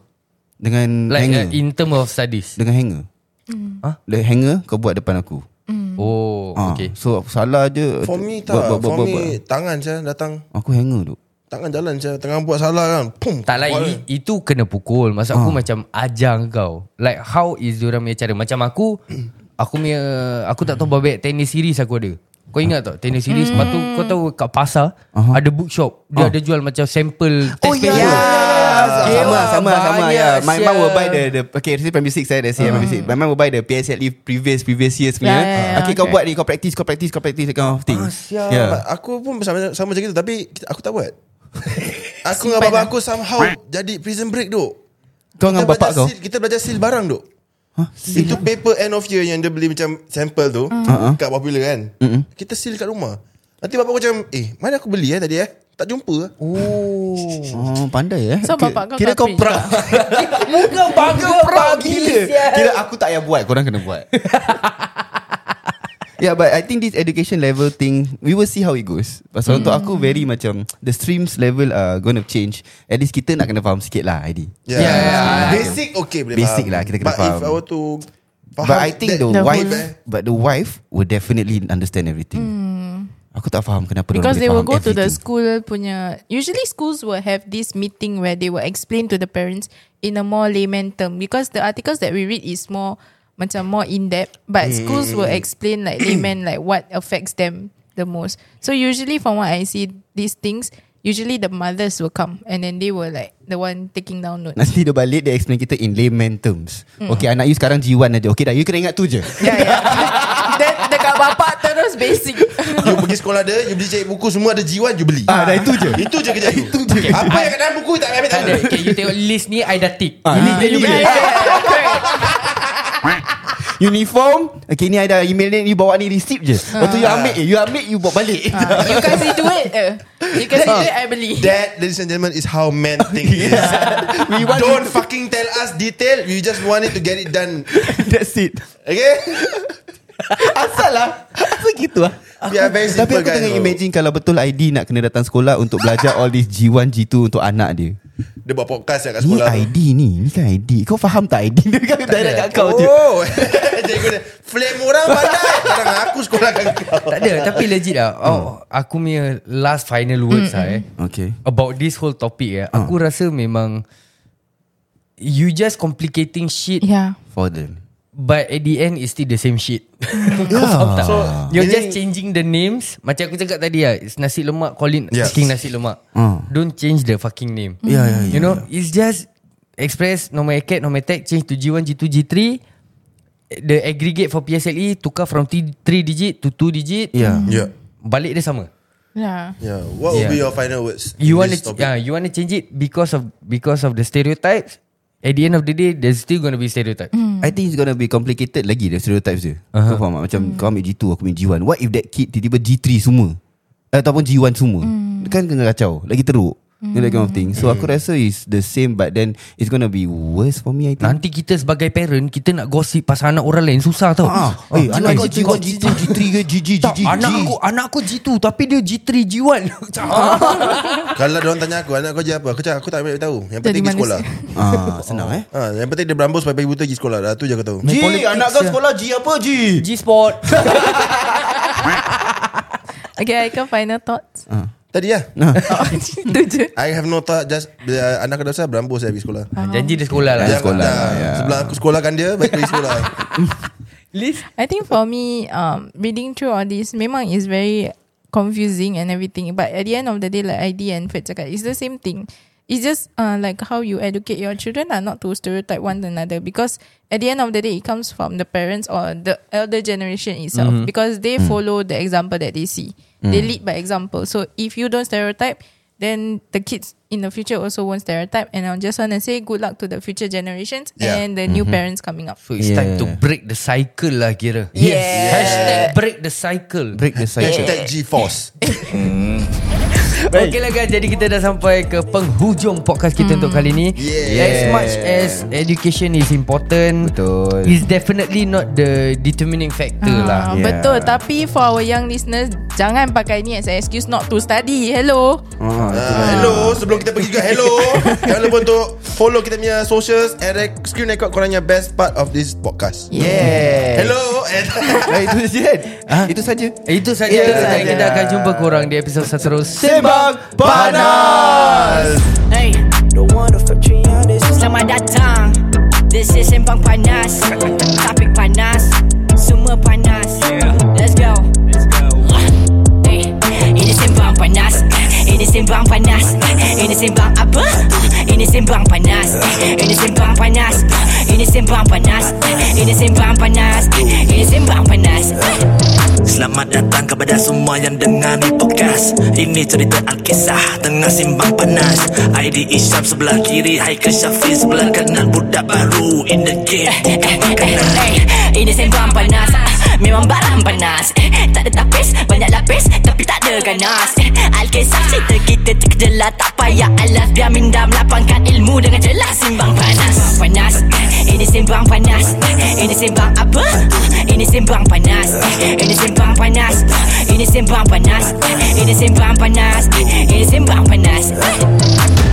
Speaker 2: Dengan
Speaker 3: Like
Speaker 2: hanger
Speaker 3: uh, in term of studies
Speaker 2: Dengan hanger
Speaker 4: Hmm.
Speaker 3: Hah?
Speaker 2: The hanger kau buat depan aku
Speaker 3: Oh
Speaker 2: Ah,
Speaker 3: okay
Speaker 2: So aku salah je
Speaker 5: For
Speaker 2: buat,
Speaker 5: me tak
Speaker 2: buat, buat,
Speaker 5: For
Speaker 2: buat,
Speaker 5: me Tangan saya datang
Speaker 2: buat. Aku hanger tu
Speaker 5: Tangan jalan saya Tengah buat salah kan Pum
Speaker 3: Tak lah i- Itu kena pukul Maksud
Speaker 2: Ah.
Speaker 3: aku macam Ajar kau Like how is diorang punya cara Macam aku Aku punya Aku tak tahu babak Tenis series aku ada Kau ingat tak Tenis series Lepas tu kau tahu Kat pasar
Speaker 2: Aha. Ah.
Speaker 3: Ada bookshop Dia ada jual macam Sample test
Speaker 2: yeah.
Speaker 3: paper.
Speaker 2: yeah. Sama,
Speaker 3: Dewa,
Speaker 2: sama, sama.
Speaker 3: ya, banyak
Speaker 2: Yeah. My mom
Speaker 3: sia. Uh-huh.
Speaker 2: will buy the, the okay, this is primary six, eh, that's uh. primary six. My mom will buy the PSLE previous, previous years
Speaker 3: Ya,
Speaker 2: punya.
Speaker 4: Yeah, yeah, yeah,
Speaker 2: okay, kau
Speaker 4: okay.
Speaker 2: buat ni, kau practice, kau practice, kau practice, that kind of
Speaker 3: Ah,
Speaker 2: thing. Ya.
Speaker 5: Sial. Aku pun sama, sama macam itu Tapi kita- aku tak buat Aku dengan bapak aku somehow Jadi prison break duk
Speaker 2: lah. Kau dengan
Speaker 5: Kita
Speaker 2: bapak
Speaker 5: belajar
Speaker 2: kau?
Speaker 5: Seal, kita belajar seal barang duk
Speaker 2: Huh?
Speaker 5: Itu paper end of year Yang dia beli macam Sample tu
Speaker 2: Hmm.
Speaker 5: Kat popular kan Kita seal kat rumah Nanti bapak aku macam Eh mana aku beli eh tadi eh Tak jumpa
Speaker 2: Oh, pandai eh.
Speaker 4: So,
Speaker 2: Ki-
Speaker 4: bapak kau
Speaker 2: Kira kau
Speaker 4: caprice
Speaker 2: proud.
Speaker 3: Muka bangga
Speaker 2: proud
Speaker 3: pagi
Speaker 2: gila.
Speaker 3: sia.
Speaker 2: Kira aku tak payah buat, korang kena buat. Yeah, but I think this education level thing, we will see how it goes. Pasal untuk aku very macam the streams level are going to change. At least kita nak kena faham sikit lah, ID.
Speaker 3: Yeah,
Speaker 5: Yeah,
Speaker 3: yeah, yeah.
Speaker 5: Ya. Basic okay boleh
Speaker 2: Basic
Speaker 5: faham.
Speaker 2: lah, kita kena
Speaker 5: But
Speaker 2: faham.
Speaker 5: if I were to faham
Speaker 2: But I think
Speaker 5: that-
Speaker 2: the,
Speaker 4: The
Speaker 2: wife
Speaker 5: whole-
Speaker 2: But the wife Will definitely understand everything Aku tak faham kenapa
Speaker 4: Hmm.
Speaker 2: dorang
Speaker 4: because they
Speaker 2: boleh
Speaker 4: will go
Speaker 2: faham
Speaker 4: to the
Speaker 2: everything.
Speaker 4: school punya usually schools will have this meeting where they will explain to the parents in a more layman term because the articles that we read is more macam more in depth but schools will explain like layman like what affects them the most so usually from what I see these things usually the mothers will come and then they were like the one taking down notes
Speaker 2: Nanti dia balik Dia explain kita In layman terms Okay anak you sekarang G1 aja Okay dah you kena ingat tu je
Speaker 4: yeah, yeah. then dekat bapak terus basic
Speaker 5: You pergi sekolah dia You beli cari buku Semua ada jiwan You beli
Speaker 2: Ah, dah itu je.
Speaker 5: Itu je kerja you
Speaker 2: Itu je.
Speaker 5: Apa yang kat dalam buku Tak ambil tak
Speaker 3: Tak ada.
Speaker 5: ada
Speaker 3: Okay you tengok list ni I dah tick
Speaker 2: Ah,
Speaker 3: Ini
Speaker 2: ah,
Speaker 3: je you
Speaker 2: ini
Speaker 3: boleh
Speaker 2: je. Uniform Okay ni ada email ni You bawa ni receipt je Lepas tu you ambil eh, You ambil you bawa balik
Speaker 4: you kasi duit eh. you kasi duit I beli
Speaker 5: Ah. That ladies and gentlemen Is how men think is
Speaker 2: We want
Speaker 5: Don't fucking tell us detail You just want it to get it done
Speaker 2: That's it
Speaker 5: Okay
Speaker 2: Asal lah Asal gitu lah
Speaker 5: We are Ya, very
Speaker 2: Tapi
Speaker 5: simple
Speaker 2: aku
Speaker 5: guys
Speaker 2: tengah
Speaker 5: bro.
Speaker 2: imagine Kalau betul ID nak kena datang sekolah Untuk belajar all this G1, G2 Untuk anak dia
Speaker 5: Dia buat podcast lah kat
Speaker 2: Ni
Speaker 5: sekolah tu.
Speaker 2: ID ni Ni kan ID Kau faham tak ID Dia kan direct kat kau je
Speaker 5: Oh Cikgu dia Flame orang pandai Sekarang aku sekolah kat kau
Speaker 3: Tak ada Tapi legit lah oh, Aku punya last final words lah eh
Speaker 2: Okay
Speaker 3: about this whole topic eh, aku
Speaker 2: Ah.
Speaker 3: rasa memang you just complicating shit
Speaker 4: yeah
Speaker 2: For them
Speaker 3: but at the end it's still the same shit. Kau faham tak? So, you're just changing the names. Macam aku cakap tadi lah, it's nasi lemak call it
Speaker 5: Yes.
Speaker 3: fucking nasi lemak.
Speaker 2: Ah.
Speaker 3: Don't change the fucking name.
Speaker 2: Yeah, yeah, yeah,
Speaker 3: You know, it's just express normal cat, normal tag change to G1, G2, G3. the aggregate for PSLE E, tukar from 3 digit to 2 digit.
Speaker 2: Yeah.
Speaker 5: Yeah.
Speaker 3: Balik dia sama.
Speaker 4: Yeah.
Speaker 5: Yeah. Ya. What
Speaker 3: Yeah.
Speaker 5: will
Speaker 2: Ya.
Speaker 5: be your final words? in
Speaker 3: You want
Speaker 5: this
Speaker 3: to
Speaker 5: topic?
Speaker 3: yeah, you want to change it because of because of the stereotypes. At the end of the day, there's still going to be stereotypes.
Speaker 2: I think it's gonna be complicated lagi The stereotypes dia uh-huh. Kau faham tak? Macam kau ambil G2 Aku ambil G1 What if that kid Tiba-tiba G3 semua Eh, Ataupun G1 semua Kan kena kacau Lagi teruk You know that kind of thing So aku rasa is the same But then It's gonna be worse for me I think
Speaker 3: Nanti kita sebagai parent Kita nak gosip pasal anak orang lain Susah tau
Speaker 2: Ah, eh, anak kau G1, G2, G3 ke GG,
Speaker 3: Tak,
Speaker 2: GG
Speaker 3: anak aku anak aku G2 tapi dia G3 G1. Macam, ah.
Speaker 5: Kalau diorang tanya aku Anak kau je apa Aku cakap aku tak ambil tahu Yang
Speaker 4: Jadi
Speaker 5: penting pergi
Speaker 4: manusia.
Speaker 5: sekolah
Speaker 2: Ah, senang eh
Speaker 5: ha, Yang penting dia berambus Sampai buta pergi sekolah Dah tu je aku tahu
Speaker 2: G,
Speaker 3: politik
Speaker 2: anak kau
Speaker 3: sia.
Speaker 2: sekolah G apa G?
Speaker 3: G Sport.
Speaker 4: Okay, I can final thoughts.
Speaker 5: Tadi lah
Speaker 2: Ah,
Speaker 4: Itu je.
Speaker 5: I have no thought Just uh, Anak kedua saya berambus Saya pergi sekolah
Speaker 3: Janji dia sekolah lah.
Speaker 5: Dia-
Speaker 2: sekolah,
Speaker 5: dah,
Speaker 2: ya.
Speaker 5: Sebelum aku sekolahkan dia Baik pergi sekolah
Speaker 3: Liz.
Speaker 4: I think for me, um, reading through all this memang is very confusing and everything. But at the end of the day, like ID and Fred cakap, it's the same thing. It's just uh, like how you educate your children are not to stereotype one another because at the end of the day, it comes from the parents or the elder generation itself because they follow the example that they see. They lead by example. So if you don't stereotype, then the kids in the future also won't stereotype. And I just want to say good luck to the future generations
Speaker 5: Yeah.
Speaker 4: and the new parents coming up.
Speaker 3: So it's
Speaker 2: Yeah.
Speaker 3: time to break the cycle lah kira.
Speaker 4: Yes. Yeah.
Speaker 3: Hashtag break the cycle.
Speaker 2: Break the cycle
Speaker 5: Hashtag G-Force
Speaker 3: Okey lah guys Jadi kita dah sampai ke penghujung podcast kita untuk kali ni As
Speaker 2: Yeah.
Speaker 3: much as education is important
Speaker 2: Betul.
Speaker 3: It's definitely not the determining factor lah
Speaker 4: Ah,
Speaker 2: Yeah.
Speaker 4: Betul Tapi for our young listeners Jangan pakai ni as an excuse Not to study Hello
Speaker 2: Ah,
Speaker 5: Ah, Hello Sebelum kita pergi juga Hello Jangan lupa untuk Follow kita punya socials And rec- screen record korangnya Best part of this podcast
Speaker 2: Yeah
Speaker 5: Hello and-
Speaker 2: Nah, itu saja kan? Itu saja
Speaker 3: Itu saja
Speaker 2: Itu
Speaker 3: Dan
Speaker 2: saja.
Speaker 3: Kita akan jumpa korang di episod seterusnya
Speaker 2: Sembang Panas
Speaker 1: Hey,
Speaker 7: The one of factory on this
Speaker 1: selamat datang This is Sembang Panas Topik panas Semua panas Let's go Hey, Ini Sembang Panas Ini Sembang Panas Ini Sembang apa? Ini Sembang Panas Ini Sembang Panas Ini Sembang Panas Ini Sembang Panas Ini Sembang Panas
Speaker 6: Selamat datang kepada semua yang dengar ni podcast Ini cerita Alkisah tengah simbang panas ID Isyam sebelah kiri Haikal Syafiq sebelah kanan Budak baru in the game
Speaker 1: Eh,
Speaker 6: bukan makanan
Speaker 1: Hey, eh, Ini sembang panas Ah, Memang barang panas Eh, Tak ada tapis Banyak lapis Tapi tak ada ganas Eh, Alkisah cerita kita terkejelah Tak payah alas Biar minda melapangkan ilmu Dengan jelas Simbang panas Sembang panas Eh, Ini sembang panas Eh, Ini sembang apa? Ah, Ini sembang panas Eh, Ini sembang panas Ah, Ini sembang panas Eh, Ini sembang panas Eh, Ini sembang panas Eh.